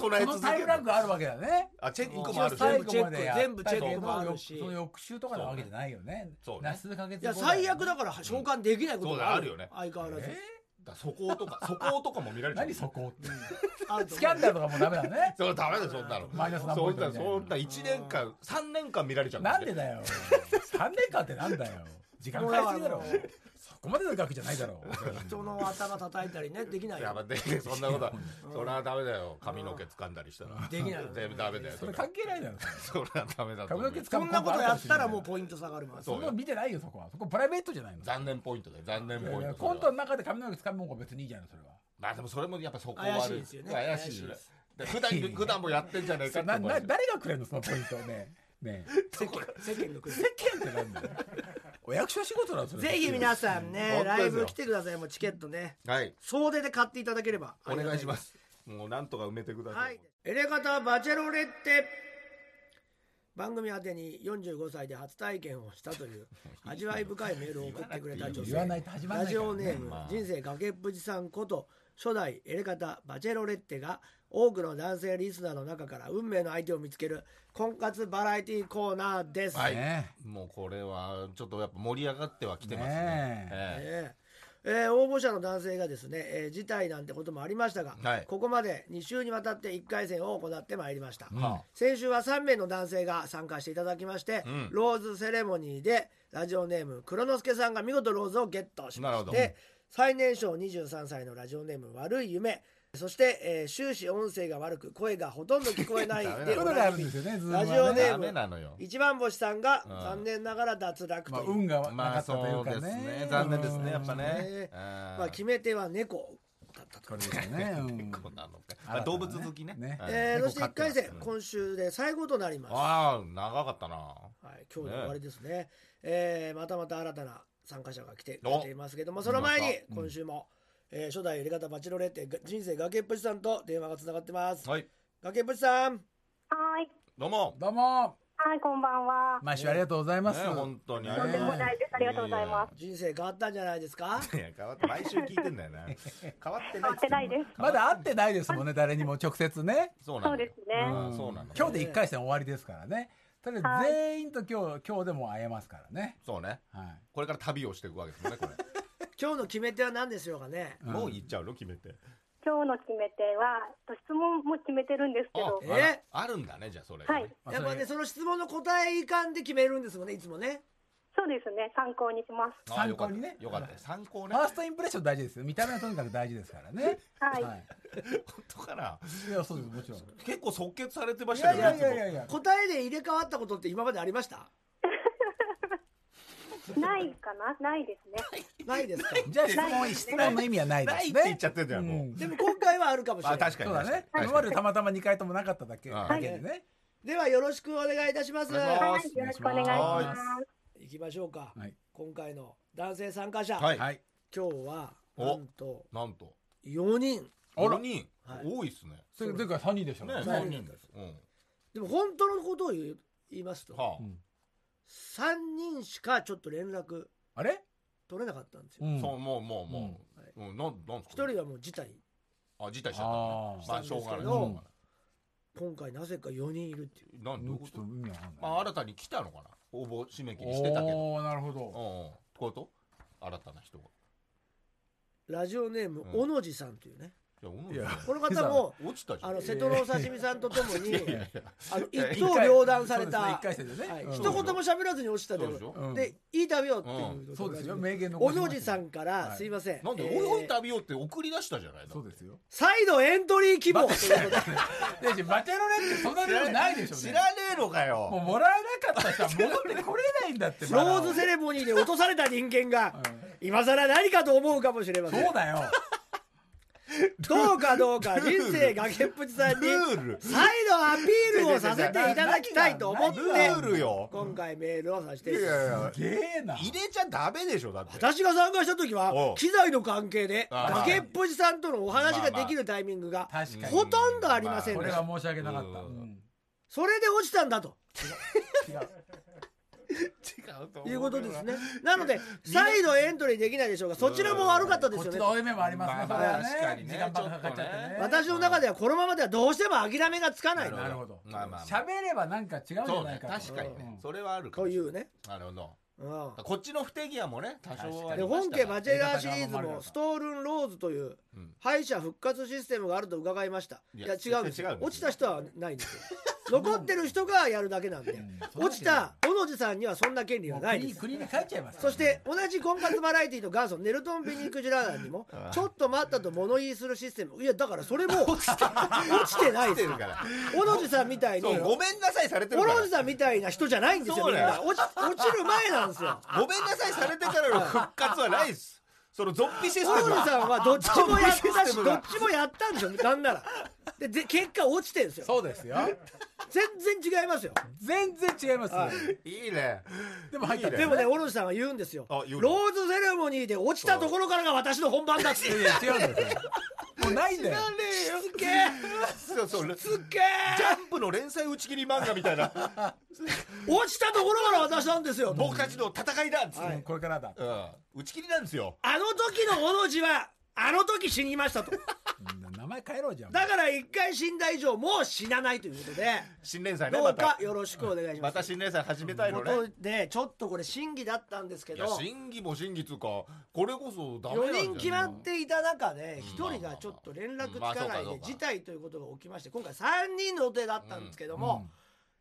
のけタイるムラグあるわけだねあチェックもあ一応るし最ね後までやったけどその翌週とかなわけじゃないよねそうね数ヶ月いや最悪だかから召喚できないことがある,、そうだよ相変わらず、えだそことかそことかも見られー、ちゃう何そこってあると思うスキャンダルとかもダメ だねそうダメだよそんなのマイナス何ポそインんトなみたいなそんな1年間3年間見られちゃうなんでねだよ3年間ってなんだよ時間かかりすぎだろ。そこまでの額じゃないだろ。人の頭叩いたりねできないやよばでそんなことはうんそれはダメだよ髪の毛掴んだりしたらできないよ全部 ダメだよそそれ関係ないだろ。それはダメだと思う髪の毛そんなことやったらもうポイント下がりますそそんうなの見てないよ、そこは。そこプライベートじゃないの。残念ポイントだよ残念ポイントいそれやいやはコントの中で髪の毛掴むもんが別にいいじゃない、それは。まあでもそれもやっぱそこは怪しいですよね怪しい怪しよねいですで普段普段もやってんじゃねえかってな思うな誰がくれんの、そのポイントをね。ね世間世間の国 え。世間ってなんだよ。お役所仕事だろ、それ。ぜひ皆さんね本当ですよライブ来てくださいもうチケットねはい総出で買っていただければお願いしますすもうなんとか埋めてくだはさいいエレガタバチェロレッテ番組宛てに45歳で初体験をしたと いう味わい深いメールを送ってくれた女言わ性ないと始まらラないジからね。オネーム、まあ人生崖っぷちさんこと初代エレガタバチェロレッテが多くの男性リスナーの中から運命の相手を見つける婚活バラエティーコーナーです、はいねもうこれはちょっとやっぱ盛り上がってはきてますねねえええええー応募者の男性がですね、えー辞退なんてこともありましたが、はいここまで2週にわたって1回戦を行ってまいりました、えは先週は3名の男性が参加していただきまして、うんローズセレモニーでラジオネーム黒之助さんが見事ローズをゲットしまなるしほてど最年少23歳のラジオネーム悪い夢そして、えー終始音声が悪く声がほとんど聞こえない ダメでだおころとがあなるじんみですよね、ズームラジはオあネね。ーダムメなのよ 一番星さんがうん残念ながら脱落まとあ、いう、運がなまかあったといそううでかすねね。残念ですねやっぱねねままあ、決め手は猫だったとこ。れですよね。 うん猫なのかまあ動物好きねねはいえー、そ猫して飼1ってま回戦すう、ん今週で最後となります。は、ああ長かったない今日で終わりですね。えーまたまた新たな参加者が来てくおれていますけども、その前に見まし今週も、えー初代やり方バチェロレッテ、人生崖っぷちさんと電話がつながってます。はい崖っぷちさん、はい。どうもどうも、はい、こんばんは。毎週ありがとうございます。ね本当にととんでもないです。ありがとうございます。人生変わったんじゃないですか いや変わって毎週聞いてんだよな変わってない変わってないです。まだ会ってないですもんね、誰にも直接ね。そうなそのうですね。うんそうなの今日で1回戦終わりですからね。ただはい全員と今日、今日でも会えますからね。そうねはい。これから旅をしていくわけですもんねこ今日の決め手は何でしょうかね。れもう言っちゃうの決めて今日の決め手は、と質問も決めてるんですけど、えあらあるんだねじゃあそれがねはいまあやっぱね、そその質問の答えいかんで決めるんですもんね、いつもね。そうですね。参考にします。あ参考にねよかったよかった参考れねファーストインプレッション大事ですよ。見た目はとにかく大事ですからね。はい。本当かないや、そうです、もちろん。い結構即決されてましたやいよやねいやいやいや。答えで入れ替わったことって今までありましたないかなないですね。ないですかじゃあ質問、質問の意味はないいつもでないすっね。て言っちゃってんだようもんでも今回はあるかもうしれなあい。確かそにうだね。確かに今までたまたま2回ともなかっただけ、うんだけでね。ではよろしくお願いいたします。お願いしますはい。よろしくお願いします。行きましょうか、はい今回の男性参加者、はいはい。今日はおなんとなんと4人あら4人はい多いっすねそれというか3人でしょ。ね三3人人でですすうんでも本当のことを言う言いますと、はうん3人しかちょっと連絡あれ取れなかったんですよ、うんあそうもうもうもううんなんなんすか1人はもう辞退あ辞退しちゃったのねあーまあしょうがしたんですないけしどょうが今回なぜか4人いるっていうないなんどういうこちとょっと意味わかんない。まあ新たに来たのかな応募締め切りしてたけどおーなるほうんど。うんこと新たな人がラジオネームうん小野寺さんというね、いや小野いや寺この方も落ちたじゃんあのい瀬戸のお刺身さんとともに やいやいやあのいや一刀両断された、そうはですね一回戦でね。いうん一言も喋らずに落ちたでそうでしょうんでいい旅をっていう、そうですよ。小名言の。野寺さんから、はいすいませんなんで、えおいーおい旅よって送り出したじゃないのそうですよ。再度エントリー希望ということでいやいやバチェロレってそんな量ないでしょ。知らねえのかよもうもらえなかった人は戻ってこれないんだって。ローズセレレモニーで落とされた人間が今更何かと思うかもしれませんそうだよ。どうかどうか人生崖っぷちさんにルール再度アピールをさせていただきたいと思ってルールよ今回メールをさせていやい私やすげえな。入れちゃダメでしょだってが参加した時はおう機材の関係でああ崖っぷちさんとのお話ができるタイミングが確かに。ほとんどありませんこでれしたは申し訳なかった。ううんんそれで落ちたんだと違う。違うということですねなので再度エントリーできないでしょうかそちらも悪かったでこっすよちねの負い目もありますね。まあそ確れはかにね時間ばっかかかっちゃってちょっとねね。私の中ではこのままではどうしても諦めがつかないななるるほほどど。まあまあ喋ればなんか違うんじそゃうないねかと。確かにうねんそれはあるかともしいれないうね、なるほどうん、こっちの不手際もね多少はあでりま本した家からバチェラーシリーズもストールンローズといううん敗者復活システムがあると伺いましたいいやや違うんです絶対違うんですよ落ちた人はないんですよ残ってる人がやるだけなんでん落ちた小野寺さんにはそんな権利はないで国す国に帰っちゃいます。そして同じ婚活バラエティの元祖ネルトンビニークジラーダンにもちょっと待ったと物言いするシステムいやだからそれも落ちてないで来てするから。小野寺さんみたいにそう、ごめんなさいされてるオからロ。ジさんみたいな人じゃないんですよ、そうみんだな。よ落ち落ちる前なんですよ。ごめんなさいされてからの復活はないです。そのゾッピシスオテロムジは。さんはどっちもやっゾンビシたスし、テムどがっちもやったんですよ、なんなら。で、で結果落ちてるんですよ。そうですよ。全然違いますよ。全然違います。はいいいね。でも入ったんでもね。ね、オロジさんは言うんですよ。ロあー言うのズセレモニーで落ちたところからが私の本番だって。いやいや違うんですよ。もうないんだよ。すげえそうそう。ジすげャンプの連載打ち切り漫画みたいな。え落ちたところから私なんですよ。僕たちの戦いだっつってはいうんこれからだ。うん。打ち切りなんですよ。あの時のオロジは、あの時死にましたと。うん名前変えろじゃん。だから一回死んだ以上、もう死なないということで、新連載ね、どまうかた。よろしくお願いしまますた。新連載始めたいのね。ことでちょっとこれ審議だったんですけいどや、審議も審議つうか、これこそダメなん4じゃない人決まっていた中でうん1人がちょっと連絡つかまあなそいうかそうでか事態ということが起きまして今回3人の予定だったんですけども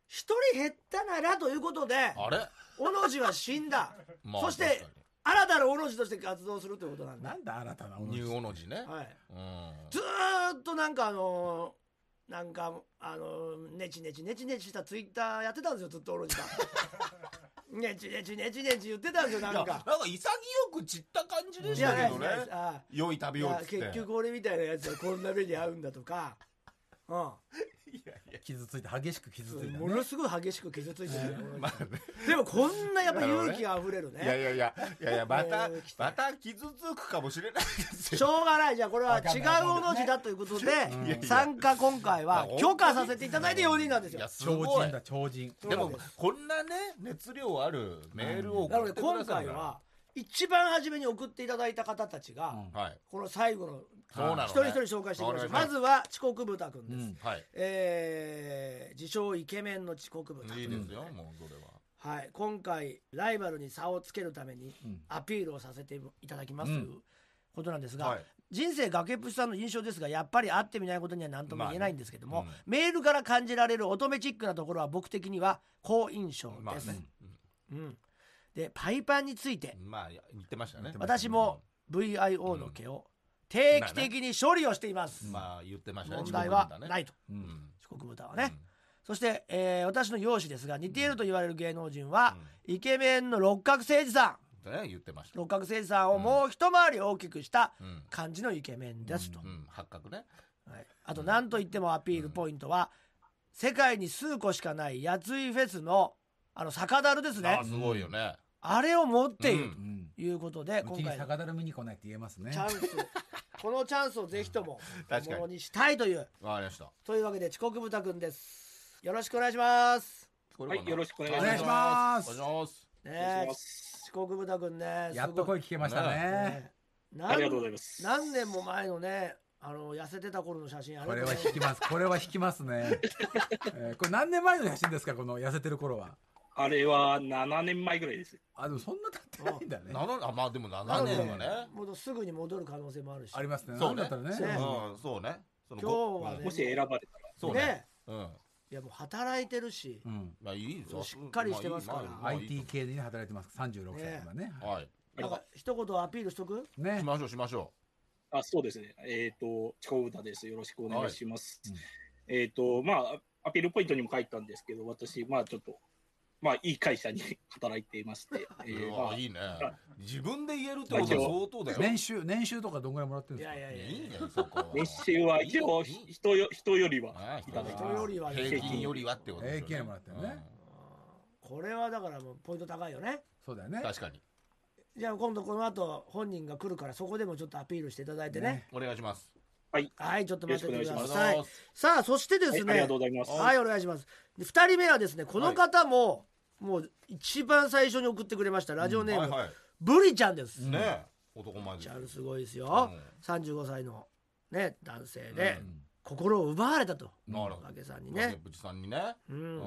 1人減ったならということであれ小野寺は死んだまあそして確か新たな小野寺として活動するということなんうんでなんだ新たなにニューオノジね。はいうん。ずーっとなんかあのーなんかあのーネチネチネチネチしたツイッターやってたんですよずっと小野 寺さんネチネチネチネチ言ってたんですよいなやなんんかか。潔く散った感じでいしやたなけいですどねないですあ良いい旅をやつって結局俺みたいなやつがこんな目に遭うんだと か、うん、傷ついた激しく傷ついたもねのすごい激しく傷ついてるよ、まあねでもこんなやっぱ勇気があふれるねいやいやいやいやいやまた えー来たまた傷つくかもしれないですしよょうがないじゃあこれはわか違んうないおの字だということいやいでや参加今回は許可させていただいて4人なんですいよやす超ごい人だ超人。そうでなんもですこんなね熱量あるメールをなの送でってくださ今るから回は一番初めに送っていただいた方たちが、うんはいこの最後のそうなのね一人一人紹介していきましょうまお願いしますずは遅刻豚くんです、うんはいえー自称イケメンの遅刻豚いいですよもうそれははい、今回ライバルに差をつけるためにうんアピールをさせていただきます、うとんいうことなんですが、はい人生崖っぷちさんの印象ですがやっぱり会ってみないことには何とも言えないんですけども、まあねメールから感じられる乙女チックなところは僕的には好印象まあです、ねうん、でパイパンについて、うんまあ言ってましたね言ってま私も VIO の毛を定期的に処理をしています、まあ言ってましたね問題は自分だねないとううんん四国豚はね、そして、えー私の容姿ですが似ていると言われる芸能人は、イケメンの六角誠児さんうんね言ってました六角精児さんをもう一回り大きくしたうん感じのイケメンですと、うん八角ねはい、あと何といってもアピールポイントは、世界に数個しかないやついフェスのあの酒樽ですねあすごいよねあれを持っていうるんうん。ということで、うち今に回の酒樽見に来ないって言えますねチ。ャンスこのチャンスをぜひとも確かにものにしたいというわかりましたというわけで遅刻豚くんですよろしくお願いしますはいよろしくお願いお願いしますお願いしますねえお願いします遅刻豚くんねやっと声い聞けましたね。なありがとうごんざいます。何年も前のねあの痩せてた頃の写真あこれれは引きます。これは引きますね。えーこれ何年前の写真ですかこの痩せてる頃は。あれは7年前ぐらいです。あでもそんな経ってないんだね。 7あまあでもな7ので年はねもうすぐに戻る可能性もあるしありますね。そそううねだったらね。そううんそうねその今日はねもし選ばれたら。そうねねうんいやもう働いてるし、うん。まあいいそぞうしっかりしてますからまあいいまあいい IT 系でね働いてます。三十六歳今ね。はいなんか一言アピールしとくねし。ましょうしましょあそうですね。えっ、と、チコウダです。よろしくお願いします。はいえっ、と、まあ、アピールポイントにも書いたんですけど、私、まあちょっと、まあいい会社に働いていまして、えうーうまわあいいね自分で言えるってことは相当だよ年収年収とかどんぐらいもらってるんいですかやい。やいやいいんだよそこは年収は一応いいいい人よ、人よりははいいただいて人まよす。りはね平均よりはってことですよ平均よりもらってるねこれはだからもうポイント高いよねそうだようねん。確かにじゃあ今度この後本人が来るからそこでもちょっとアピールしていただいてねねお願いしますはい。はいちょっと待っててくよあだろりしがとさうございいますさあそしてですはいね、ありがとうございます。はい、お願いします。で2人目はですね、この方も、もう一番最初に送ってくれました、ラジオネーム、はいはいブリちゃんです。ねえ男前ちですゃよんすごいですよ。う35歳の、ね、男性で、うん心を奪われたと、んなるほど影さんにねね。ぶちさんにねううんん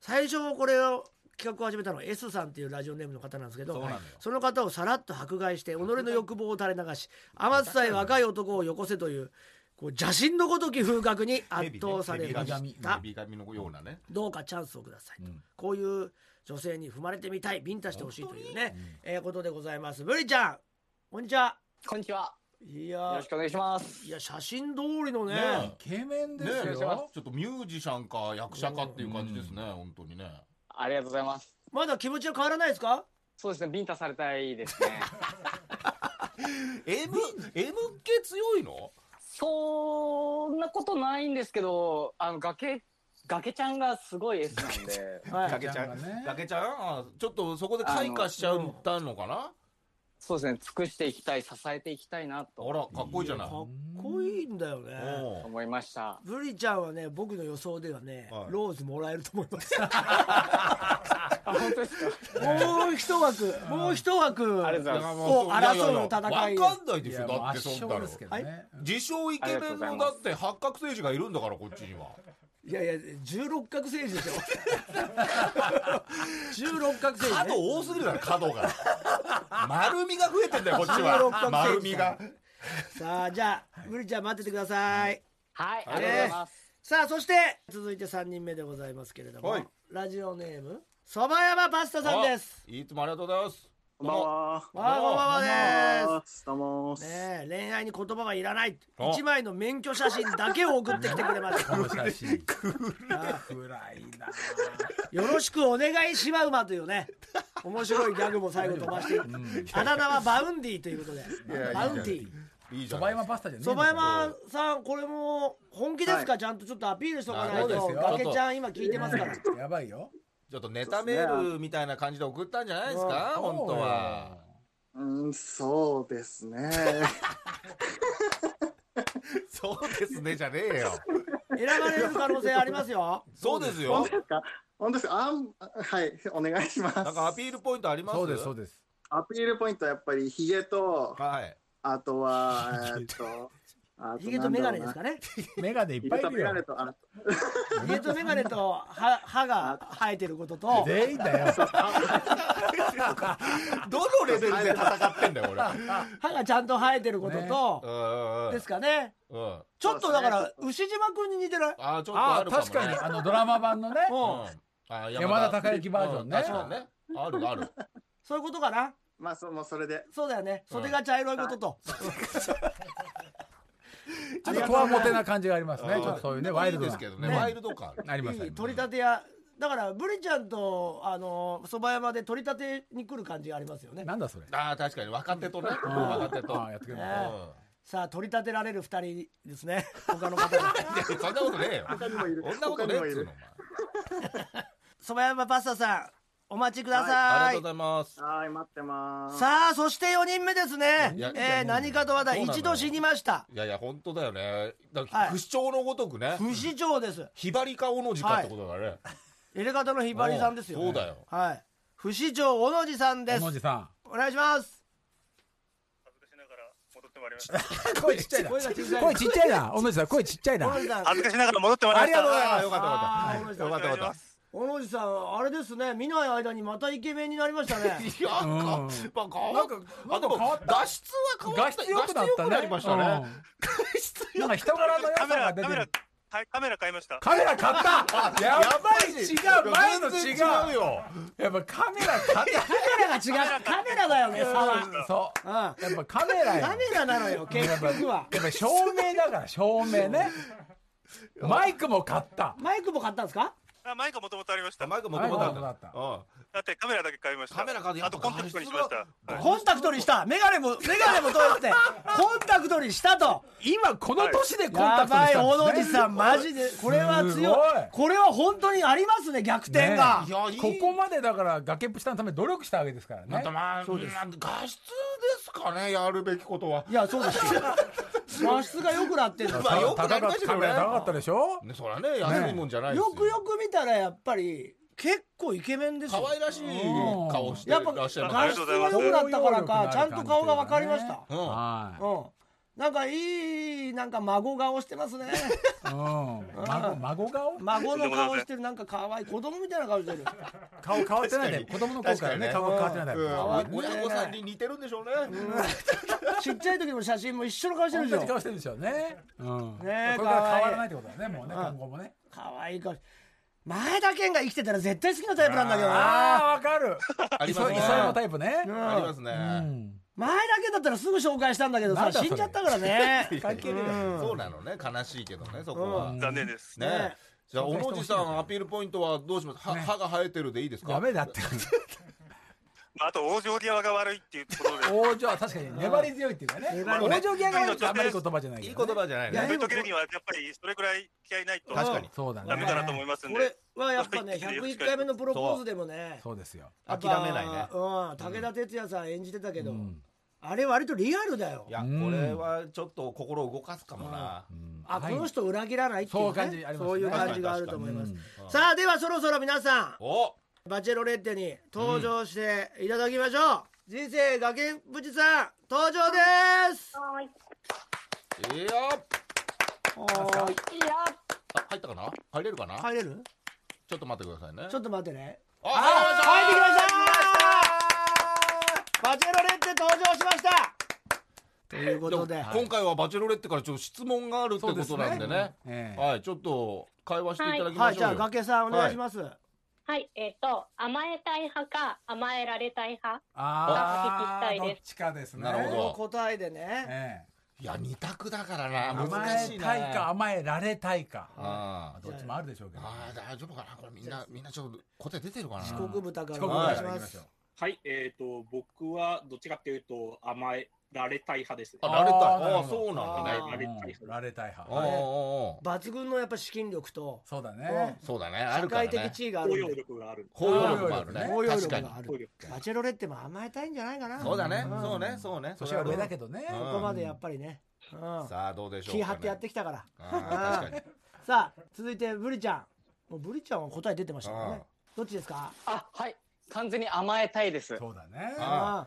最初これを企画を始めたのは S さんっていうラジオネームの方なんですけどそうなのよその 方をさらっと迫害して己の欲望を垂れ流し余さえ若い男をよこせというこう邪神のごとき風格に圧倒されるま蛇した、神のようなね。どうかチャンスをください、うんこういう女性に踏まれてみたいビンタしてほしいというね本当に、えーことでございますブリちゃんこんにちはこんにちは。いよやろしくお願いします。いや写真通りのねねえイケメンでねすえ、ちょよ。っとミュージシャンか役者かっていう感じですね、本当にね。ありがとうございます。まだ気持ちは変わらないですかそうですね、ビンタされたいですね。 M、M 系強いの そんなことないんですけど、あの、崖、崖ちゃんがすごい S なんで、はいだけちゃがんね。だけちゃんあちょっとそこで開花しちゃったのかなそうですね、尽くしていきたい、支えていきたいなあとら、かっこいいじゃない。かおっこいいんだよねう思いました。ブリちゃんはね僕の予想ではね、はいローズもらえると思います あ、本当ですかもう一枠もう一枠ありがとうござだいまかすら。もういやいやいや争う戦いよわかんないでいしょや、だって圧そんな勝のですけどね。自称イケメあンりがとうございのまだすって八角政治がいるんだからこっちにはいやいや16角星人 でしょ16角星人、角ね、多すぎるだろ角が丸みが増えてんだよこっち16は角丸みがさあじゃあブリちゃん待っててください、はい、ありがとうございます。さあそして続いて3人目でございますけれども、はいラジオネームそば山パスタさんですあいつもありがとうございますこんばんは。あわあこんばんはですす。どうもーす。ねえ恋愛に言葉はいらないあ一枚の免許写真だけを送ってきてくれま したこの写真。あ暗いなあ。あよろしくお願いしまうまというね面白いギャグも最後飛ばしていくうんあだ名はバウンディということでいやバウンデいいィいいじそゃなばいで山すかパスタじゃねえそば山のかさんこれも本気ですか、ちゃんとちょっとアピールしとかないそとうですよ崖ちゃん今聞いてますからやばいよ。ちょっとネタメールみたいな感じで送ったんじゃないですかうん本当はうーん、そうですね。 そうですねじゃねえ よ選ばれる可能性ありますよそうです本当よですか本当ですかあん、あはい、お願いします。なんかアピールポイントありますそうです、そうです。アピールポイントはやっぱりヒゲと、はいあとは、えーっと、あヒゲとメガネですかかねメガネいヒゲっぱいいとるメガよネ。と、あ、ヒゲとメガネと歯歯が生えてることと 全員だよ。 どのレベルで戦ってんだよ 俺歯がちゃんと生えてることと、うんうんですかねうんうんちょっとだから牛島君に似てるあーちょっとああるかあ、もね確かに、あの、ドラマ版のね。うんあ山田孝之バージョンねうん確かにねあるあるそういうことかなまあ、そもうそれで。そうだよね袖が茶色いことと、 ちょっとこわもてな感じがありますね。ちょっとそういうね、ワイルドいいな。ですけどねねワイルド感あるありますいあいり取ります立て屋だからブリちゃんとあのそば山で取り立てに来る感じがありますよねなんだそれ。ああ確かに若手とねうん若手とあーやってくれるうんさあ取り立てられる二人です ね他の方がいやそんなことねえよ他にもいる。そんなこと他ねにえもっいつうるのお。前そば山パスタさんお待ちくだあさい、りがとうございますはーい、待ってまーす。さあそして4人目ですねいや、えー何かと話題そうなのよ一度死にましたいやいや本当だよねだかはらい不死鳥のごとくね不死鳥ですひばりかおのじかってことだねエレガタのひばりさんですよ、ね、そうだよはい不死鳥小野寺さんで小す野寺さ ん。お願いします声ちっちゃいな。声が小さい声ちっちゃいな。小野寺さん、声ちっちゃいな。小野寺さん恥ずかしながら戻ってまいりまあしたりがとうございあまあすよ。かあーったよかったよかったよかっ小野寺さんあれですね見ない間にまたイケメンになりま したねたいやかうんまあ変わっなんかあでも変わった脱出は変わ画った質良くなっ画質良たね。くなりましたねうんなんか人柄の良カさメがラ出カてメラる。はいカメラ買いましたカメラ買ったやばい違う前の全違う然違うよやっぱカメラ買っカメラが違うカメラだよね差は、たそうんう。やっぱカメラよ。カメラなのよ結局はやっぱ照明だから照明ね。マイクも買った。マイクも買ったんですかあマイクもともとありましたマイクもともとマイクもともとあったあっだってカメラだけ買いましたたカメラ買ってやっあぱとコンタクトにしました画質がはいコンタクトにしたメガネもメガネも取 ってコンタクトにしたと今この年でコンタやクトにばしいた小野んで寺すねさんマジでこれはす強いごいこれは本当にありますね逆転が、いやいいここまでだから崖っぷちさんのために努力したわけですからまねた。まあそうです画質ですかねやるべきことはいやそうですよ画質が良くなってるまあよ高くなりかまっしたたけカどメねラ高かったでしょ。ねそりゃね安いもんじゃないですよくよく見たらやっぱり結構イケメンですよ可愛らしい顔してやっらぱっしゃい画ま質すねが良くなったからかちゃんと顔が分かりました、うんはうんなんかいいなんか孫顔してますねうん孫孫 顔孫の顔してるなんか可愛い子供みたいな顔してる顔変わってないで子供の頃からね確か顔が変わってないうんでわいいね親御さんに似てるんでしょうね。ちっちゃい時の写真も一緒の顔してるで同じしょ顔してるんでしょうねうんこれねえから変わらないってことだねもうねうん今後もね可愛い顔前田健が生きてたら絶対好きなタイプなんだけどなああーわかるあり磯ます磯ね。山タイプねうんありますうね。ん前田健だったらすぐ紹介したんだけどなさんだそれ死んじゃったから ね関係ねえだろうんそうなのね。悲しいけどね、そこうは。ん残念です。ねね。じゃあ、小野紹介してほしい寺さん、アピールポイントはどうしますはね歯が生えてるでいいですかダメだってまあ、あと、往生際が悪いっていうところで、往生確かに粘り強いっていうかね粘り往生際が悪いってあんまり言葉じゃないいけいど言ね葉じゃないいやね。食い遂げるには、やっぱり、それくらい気合いないと、確かに。そうだねダメかなと思いますんこでれ、はやっぱねはい101回目のプロポーズでもねそうですよやっぱ諦めないねうん、武田鉄矢さん演じてたけど、うんあれ割とリアルだよいや、うこんれはちょっと心を動かすかもな。うんあこの人裏切らないっていう、そう感じありますねそういう感じがあると思います確かにうんさあではそろそろ皆さおんバチェロレッテに登場していただきましょう、人生崖っぷちさん登場ですはーいい。いよあはいいや入ったかな入れるかな入れるちょっと待ってくださいね。ちょっと待ってねああ入ってきましたバチェロレッテ登場しましたということででも今回はバチェロレッテからちょっと質問があるってそうこですとねなんでね。ええはい、ちょっと会話していただきはまいしじゃょあうよ。崖さんお願いします、はい、えっ、と、甘えたい派か、甘えられたい派。あああ、どっちかですね。なるこほどの答えでねえいや、二択だからえ、な。甘難しえいな。たいか甘えられたいか。あまああどっちもあるでしょうけど。ああ、大丈夫かなこれみんな、みんなちょっと答え出てるかな遅刻豚から遅刻お願豚いかしらいまきましすょう。はい、えっ、と、僕はどっちかっていうと、甘えられたい派ですね。あ、慣れたい。あーなるああ、ほどそうなんだね。あーうんられたいああああ派。ああ抜群のやっぱ資金力とそうだね。そうだね。あ社るから会的ね。地位がある包ん容で力がある。包容力もあるね包。容確力かにが。あ包容る力バチェロレッテも甘えたいんじゃないかなそうだね。んそうね。そうね。年は上だけどね。うんここまでやっぱりね、うんさあ、どうでしょうかね。気張ってやってきたからああ。確かに。さあ続いてブリちゃんもうブリちゃんは答え出てましたからうんねどっちですかあ、はい。完全に甘えたいです。そうだね。あ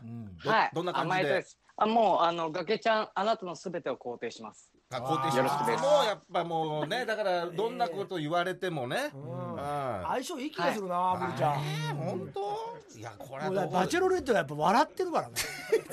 あうんどはい。どんな感じで甘えたいです。あ、もう、あの、崖ちゃん、あなたのすべてを肯定します。あ肯定しよろましすくですもうやっぱもうね、だからどんなこと言われてもね。うんあ相性いい気がするな、ブリちゃんあ。本当いや、こもれはうどだうからバチェロレッテがやっぱ笑ってるからね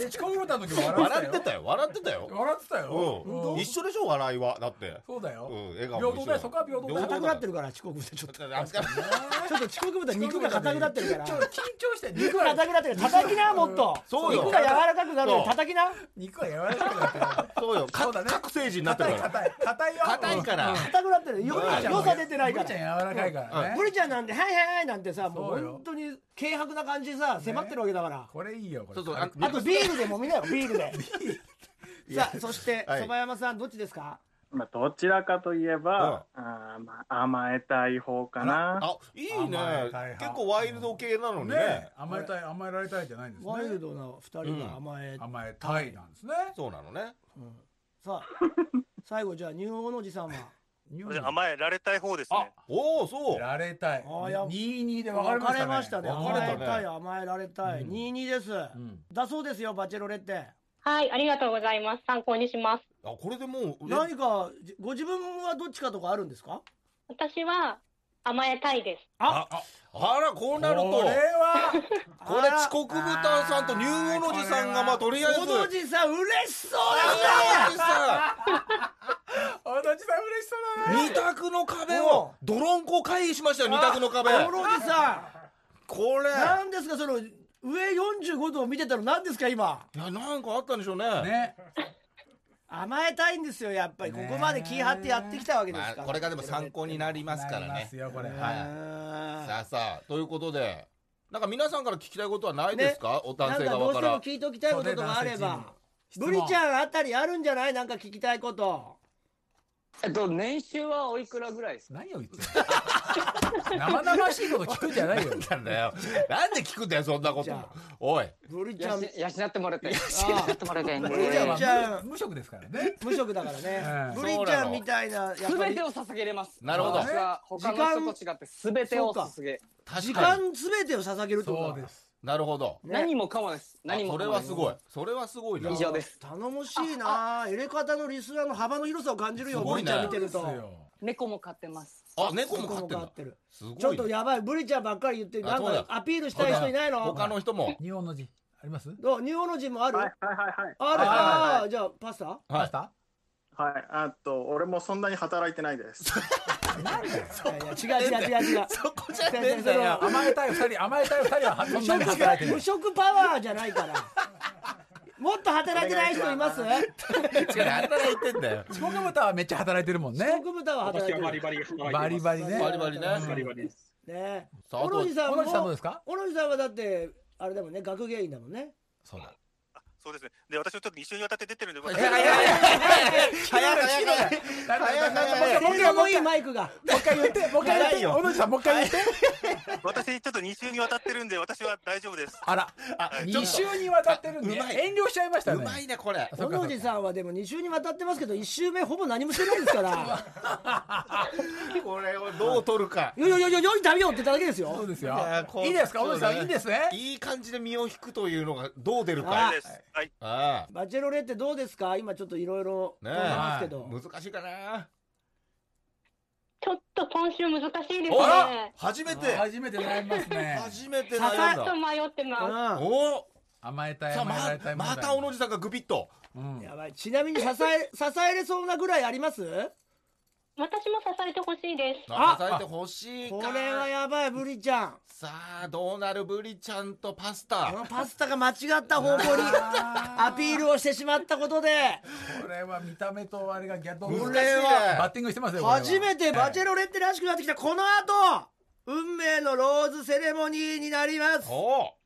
遅刻豚の時も笑笑っっててたたよ。よ。笑ってたよ。笑ってたよ。う。うんん一緒でしょ、笑いは。だって。そうだようん。笑顔も平一緒等だよ。そこは平等だ平等。よ硬くなってるから遅刻豚ちょっとだから扱いちょっと遅刻豚肉が硬くなってるからちょっと緊張して肉肉はが硬くなってる叩きなもっとそうよ肉が柔らかくなるようにそう叩きな肉は柔らかくなってる。そうよ。そうだね各成人になって硬るいから。硬い硬いよ。硬いから。硬くなってるよブリちゃん良さ出てないかブリちらゃん柔らかいからね。ブリちゃんなんで「はいはいはい」なんてさもそううよ本当に軽薄な感じでさ迫ってるわけだからこれいいよこれ。そうそうあああとビールでもみなよビールでさあそしてはいそば山さんどっちですかまあ、どちらかといえば、あーまあ、甘えたい方かな。あ、いいね甘い大。半結構ワイルド系なのにねね。甘えたい甘えられたいじゃないんですね。ワイルドな2人が甘え甘えたいなんですね。そうなのね。さあ最後じゃあニューオーのじさんは日本私人甘えられたい方ですね。おお、そう。られたい。あーやっ二二で分かれ分まかしたね。れましたね甘分かれたえねたい甘えられたいうん22ですうんだそうですよバチェロレってはい、ありがとうございます。参考にします。あ、これでもう、何かじご自分はどっちかとかあるんですか私は甘えたいです。あ、ああら、こうなると、これはこれ遅刻豚さんとニューオのじさんが、まあ、とりあえず、おニューオののじじさん嬉しそうさおのじさん嬉しそうだん、ね。二択の壁を、ドロンコ回避しましたよ、二択の壁。だねおのじさこれ。ん何ですかその上45度を見てたの何ですか今いや、なんかあったんでしょうね。ね。甘えたいんですよやっぱりここまで気張ってやってきたわけですまかあ、らこれがでも参考になりますからなりまねす。よこれ。ははいさあさあ、ということで、なんか皆さんから聞きたいことはないですか、お男なん性かど側うしかてもら。聞いておきたいこととかあれば、そうブねリちゃんあたりあるんじゃないなんか聞きたいこと。えっと、年収はおいくらぐらいですか男性チーム。質問何を言ってんの。生々しいこと聞くんじゃないよ。なんだよ。なんで聞くんだよ、そんなこじとゃ。おい。ブリちゃ養ん、養ってもらいたい。養ってもらいたい。ブリちゃん俺は無無職ですからね。無職だ からね。うんブリちゃんみたいな、やっすぱべりて、を捧げれます。なるほど私は他の人と違ってすべてを捧げ。確時かに。間すべてを捧げるってこそとうだで。す。なるほど。ね何もかもです。あ何もそかれもはですごい。それはすごいな。以上です。頼もしいなエレカタのリスナーの幅の広さを感じるよ、すブごいリねちゃん見てるそとうです。よ猫も飼ってます。あ、猫も飼こってもん飼だっ。てる。すごいね。ちょっとやばい、ブリちゃんばっかり言って、あなんそうだかアピールしたい人いないの他の人も。日本の字ありますどうニューオロジーもある、はいはいはいはい。ある、はいはあいはーじゃあパスタパはスい。タはい、あと、俺もそんなに働いてないです。いやいや違う違う違う違うそこじゃねえんだいやいやよ。甘えたい二人甘えたい二人はそんなに働いて無る職パワーじゃないからもっと働いてない人いますお違う、働いてんだよ。 下鴨田はめっちゃ働いてるもんね僕豚は働いて私はバるリバリ働いてます。バリバリねバリバリねバリバリです。ねさあ、オあロとジさん小も野地さんどうですかオロジさんはだってあれだもんね学芸員だもんねそうだそうですね。で、私はちょっと2週にわたって出てるんで、私いやいやいや早く早く早く早く早く声がもいいマイクがもう一回言ってもう一回言って小野地さんもう一回言って私ちょっと2週にわたってるんで、私は大丈夫です。あらあちょっ2と週にわたってるんでうまい遠慮しちゃいましたうねまいねこれそ小うかそうか野寺さんはでも2週にわたってますけど1週目ほぼ何もしてないですからこれをどう取るかよよよよ良い旅をって言っただけですよそうですいよやこういいですか小野地さそうんいねいですねいい感じで身を引くというのがどう出るあ大か丈夫です。はい。あバチェロレってどうですか今ちょっといろいろ飛んでますけあど、難しいかなちょっと今週難しいですおねら。初めて初めて悩みますね初めてさ悩んちょっとだ迷ってまうんお甘えたいさあ甘えられたまいまた小野寺さんがグビッとうんやばいちなみに支え 支えれそうなぐらいありますす。私も支えてほしいです。あ支えてほしいかこれはやばいブリちゃんさあどうなるブリちゃんとパスこのタパスタが間違った方向 にアピールをしてしまったことでこれは見た目とあれがギャッとこれバッはティングしてますよこれは初めてバチェロレッテらしくなってきたこの後運命のローズセレモニーになりますおお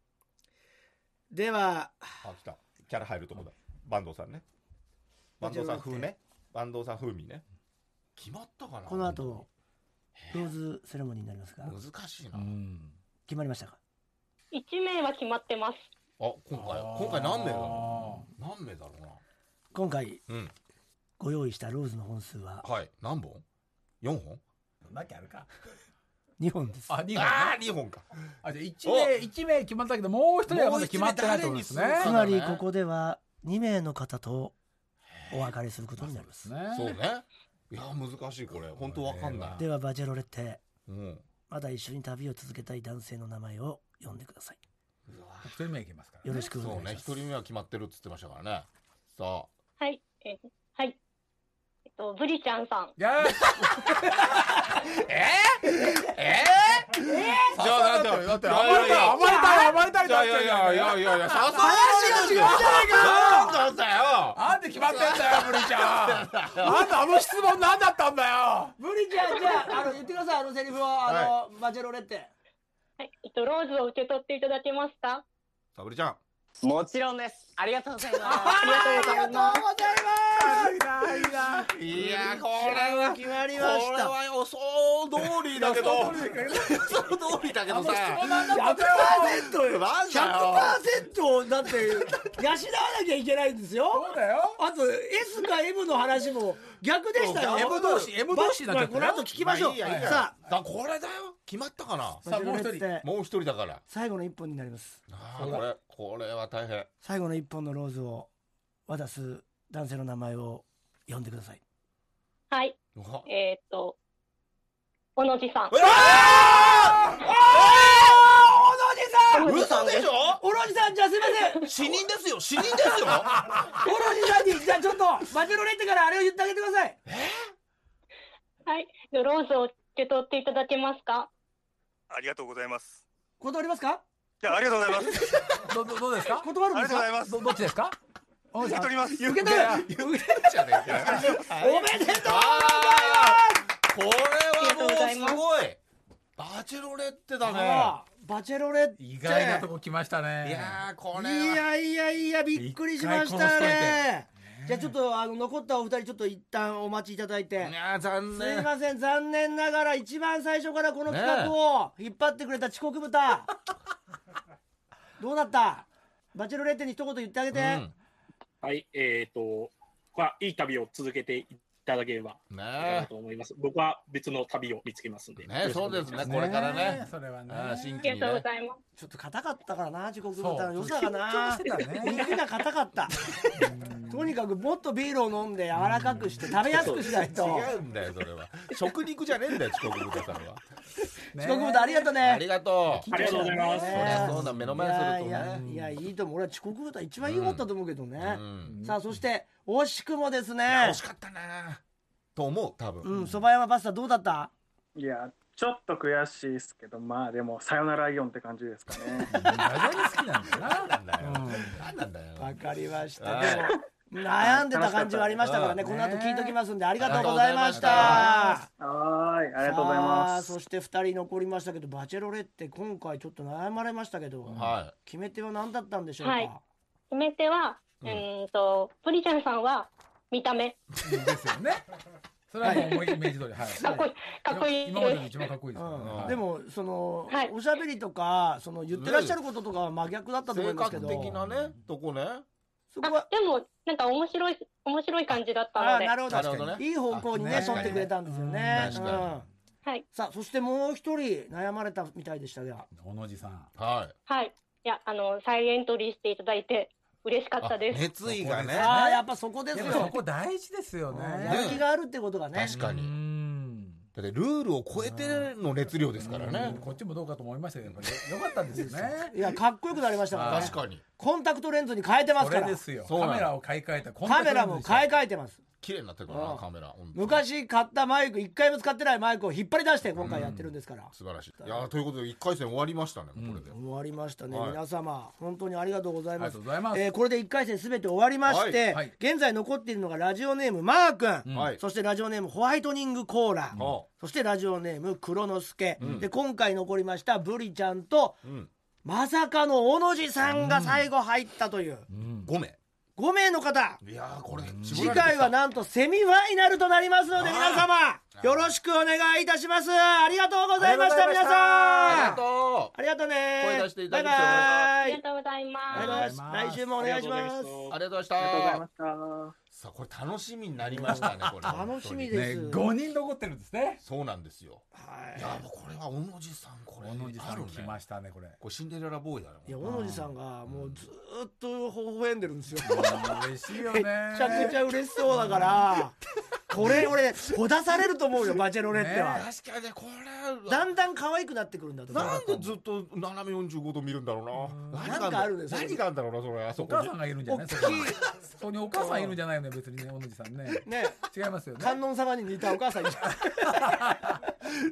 ではあ来たキャラ入るとこだ坂東さんね坂東さん風ね坂東さん風味ね決まったかなこの後ローズセレモニーになりますが難しいな、うん決まりましたか一名は決まってます。あ今回あー今回何名だろうな何名だろう今回なうんご用意したローズの本数ははい何本四本なきゃあるか2本ですあ二本ねああ二本かあじゃあ一名一名決まったけどもう一人はまだ決まってないってことですねもう一名つ誰にするかまりここでは2名の方とお別れすることになりますそうねねいや難しいこれ本当わかんないではバチェロレッテうんまだ一緒に旅を続けたい男性の名前を呼んでください。一人目いけますからよろしくお願そういしねま一す。人目は決まってるっつってましたからねさあはい。えーはい。えっと、ブリちゃんさん。よしええじじゃゃああだってだっていやいや甘えいたやい甘えたい甘えたいいやいやいやいやいいやいやさ話が違うじゃないかなんだよなんで決まってんだよブリちゃんなんだあの質問何だったんだよブリちゃん、じゃあ、あの、言ってください、あのセリフを、あの、バチェロレッテ。はい。えっと、ローズを受け取っていただけますかサブリちゃんもちろんです。ありがとうございます。ありがとうございます。いやこれは決まりこれました。は予想通りだけど予想通りだけどさ100%よ。なんだよ100%だって、養わなきゃいけないんですよ。そうだよあと S か M の話も逆でしたよ。 M 同士 M 同士になっちゃったこよの後聞きましょう。まあいいやいいやさだこれだよ決まったかなあ、さあもう一人バチェロレッテもう一人だから最後の一本になります。あそーうこだれこれは大変最後の一本のローズを渡す男性の名前を呼んでください。はい。うわえーっと、小野寺さん。おろじさん嘘でしょおろじさんじゃあすいません おろ死人ですよ死人ですじよさんにじゃあちょっとバチェロレッテからあれを言ってあげてくださいはい。えっとローズを受け取っていただけますかありがとうございます。断りますかいや、ありがとうございます。どどどうですか断るんありでがすとうございまかす。どどっちですか受け取ります。受け取る 言ってんじゃねえかよおめでとうございこれはもうありがとすうごいバチェロレッテだますねああバチェロレッテ意外なとこ来ましたねいやーこれはいやいやいやびっくりしましたねじゃあちょっとあの残ったお二人ちょっと一旦お待ちいただいていやー残すい念ません残念ながら一番最初からこの企画を引っ張ってくれた遅刻豚、どうだったバチェロレッテに一言言ってあげて、うんはい、えっ、と、まあ、いい旅を続けていただければいいかなねと思います。僕は別の旅を見つけますんで。え。ねえ、そうですね、これからね。それはねあー新あり規にがとうごね。ざいます。ちょっと硬かったからな、自国そう豚の良さがな。緊張してたね肉が硬かった。とにかくもっとビールを飲んで柔らかくして食べやすくしないと。 違うんだよ、それは。食肉じゃねえんだよ、遅刻豚さんは。自国豚ありがとうあねり。がとう。ありがとうございます。そりゃそうだ、目のい前にすやるいとやね。いやいいと思う。俺は遅刻豚一番いいことだと思うけどね。うん。さあそして惜しくもですいやね惜。しかったな。と思う、多分。うん、蕎麦山パスタどうだった？いや、ちょっと悔しいですけど、まあでも、さよならイオンって感じですかね。 ラジオに好きなんだよなんなんだよな。うん。なんなんだよ。わかりましはた。いでも悩んでた感じはありましたからね。うんこの後ね聞いときますんでありがとうございましあた。はーい、ありがとうございまさあそす。して2人残りましたけどバチェロレって今回ちょっと悩まれましたけど、は決め手は何だったんでしょうか、はい決め手は、ううんん、と、プリちゃんさんは見た目、ですよね。それはもう思いイメージ通り。はい。かっこいい、かっこいい今まででで一す。番かっこいいですからね。うはん、いで、もその、はいおしゃべりとかその言ってらっしゃることとかは真逆だったい。と思い性ますけ格ど的なね、とこね。そこあは、でも、なんか面白い、面白い感じだったあのあでな。るほどなるほどね。いい方向にねあ確沿かにねってくれたんですよね、う確かんにはい、さあそしてもう一人悩まれたみたいでしたが小野寺さん。はい。はい、いや、あの、再エントリーしていただいて、嬉しかったです。熱意がね。ああやっぱそこですよでもそこ大事ですようんね。やる気があるってことがね確かうに。ん。だってルールを超えての熱量ですからねうん。こっちもどうかと思いましたけど、やっぱりよかったんですよね。いやかっこよくなりましたから、ね、確かに。コンタクトレンズに変えてますこかれらですよ。そうなカのメラを買い替えた。カメラも買いえ。替えてます綺麗になってるからうなんカメラ。本当に。昔買ったマイク一回も使ってないマイクを引っ張り出して今回やってるんですから、素晴らしい。いやーということで一回戦終わりましたね。これで。終わりましたね、はい皆様本当にありがとうござあいりがますとうございます。えーこれで1回戦すべて終わりまして、はいはい現在残っているのがラジオネームマー君、うんはい。そしてラジオネームホワイトニングコーラ、あそしてラジオネーム黒之助、うんで今回残りましたブリちゃんとうん。まさかの小野寺さんが最後入ったといううん。五名。 5名の方いやーこれ次回は。なんとセミファイナルとなりますのであー皆様よろしくお願いいたしますありがとうございましたありが皆さんあとうございましたりがとう。ありがとうね声出していただきまバしイたバあイりがとうございあまりす。がとうございます来週もお願いしますありがとうごありがとうござざいいましました。た。さあこれ楽しみになりましたねこれ。楽しみす。でねす、、五人残ってるんですね。そうなんですよ。はいいやーこれは小野寺さんこれ小野寺さあるん来まね。したね、これ。これシンデレラボーイだよ。いや小野寺さんがもうずーっと微笑んでるんですよ嬉しい よめね。ちゃくちゃ嬉しそうだからこれ俺ほだされると思うよバチェロレッテは、ね確かにねこれだんだん可愛くなってくるんだと思うなんでずっと斜め45度見るんだろうな。ん何がなんかあるねそれ何があるんだろうなそれあそおこ母にさん。がいるんじゃな大いきいそこにそこにお母さんいるんじゃないのよ、別にね、小野寺さんね。ね違います よね。観音様に似たお母さんいる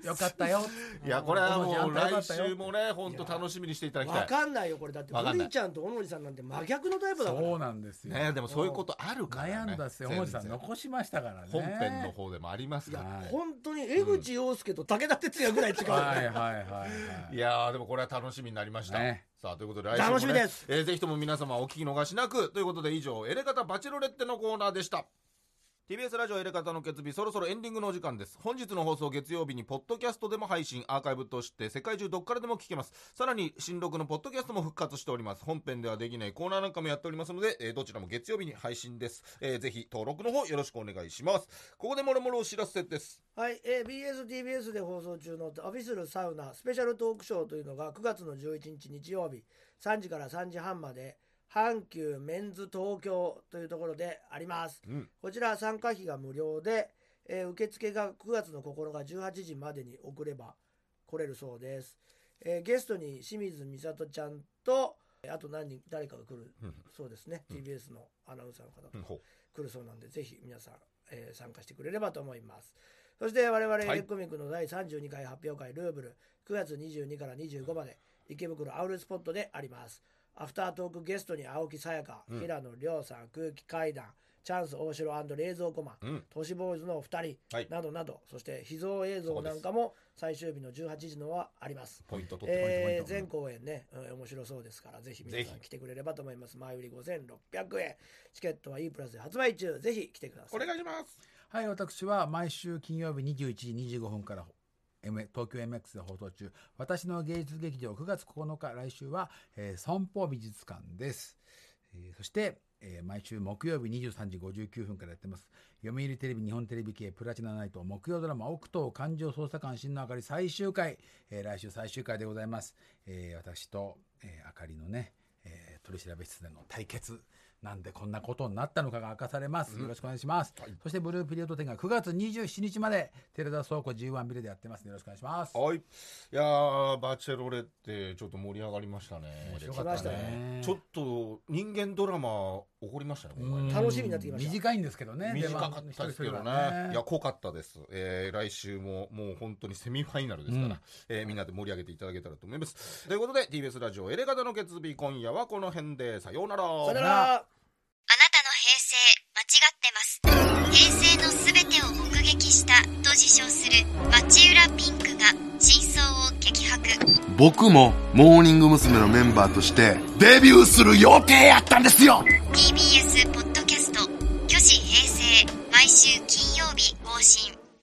よかったよ。いやこれは小野寺もあうんたよか来ったよ週もね本当楽しみにしていただきたわい。かんないよこれだってわかんブないリちゃんと小野寺さんなんて真逆のタイプだからそうなんですよ。ねでもそういうことあるから悩ね。んだっすよ、小野寺さん全然残しましたからね。本編の。方でもありますいかやら。はい本当に江口洋介と武田鉄矢ぐらい違うよね、はいはいはいはい。いやーでもこれは楽しみになりました。ねさあということで来週も、ね、楽しみです、えーぜひとも皆様お聞き逃しなくということで以上「エレカタバチェロレッテ」のコーナーでした TBS ラジオエレカタの決日そろそろエンディングのお時間です本日の放送月曜日にポッドキャストでも配信アーカイブとして世界中どっからでも聞けますさらに新録のポッドキャストも復活しております本編ではできないコーナーなんかもやっておりますので、えーどちらも月曜日に配信です、えーぜひ登録の方よろしくお願いしますここでもろもろお知らせですはい、えー、BSTBS で放送中のオフィスルサウナスペシャルトークショーというのが9月の11日日曜日3時から3時半まで阪急メンズ東京というところでありますうんこちら参加費が無料で、えー受付が9月の9日18時までに送れば来れるそうです、えーゲストに清水美里ちゃんとえーあと何人誰かが来るうんそうですね、TBS のアナウンサーの方とうんほう来るそうなんで、ぜひ皆さん、えー参加してくれればと思います。そして我々エいレコミックの第32回発表会ルーブル、9月22から25まで池袋アウルスポットであります。アフタートークゲストに青木さやか、うん平野亮さん、空気階段、チャンス大城冷蔵庫マン、うん都市ボーイズのお二人はいなどなど、そして秘蔵映像なんかも最終日の18時のはあります。ポイント取ってえーポイン全ト公演ね、うん面白そうですから、ぜひ皆ぜさんひ来てくれればと思います。前売り5600円。チケットは E プラスで発売中。ぜひ来てください。お願いしますはい、私は毎週金曜日21時25分から、M、東京 MX で放送中、私の芸術劇場9月9日、来週は、えー、損保美術館です。えーそして、えー毎週木曜日23時59分からやってます。読売テレビ、日本テレビ系、プラチナナイト、木曜ドラマ、奥藤環状捜査官、新のあかり最終回、えー来週最終回でございます。えー私と、えーあかりのね、えー取り調べ室での対決、なんでこんなことになったのかが明かされます。よろしくお願いします。そして、ブルーピリオド展が9月27日まで、テレダ倉庫 G1 ビルでやってますんで。よろしくお願いします。はい。いやー、バチェロレってちょっと盛り上がりましたね。面白かったね。ちょっと人間ドラマ起こりましたね、今回ね楽しみになってきました短いんですけどね。短かったですけど出ね。番いや、濃かったです。えー、来週ももう本当にセミファイナルですから、うんえーみんなで盛り上げていただけたらと思います。ということで、TBS ラジオエレガタの決日、今夜はこの辺で、さようなら。さよならあなたの平成間違ってます平成のすべてを目撃したと自称する町浦ピンクが真相を激白僕もモーニング娘。のメンバーとしてデビューする予定やったんですよ TBS ポッドキャスト「巨子平成」毎週金曜日更新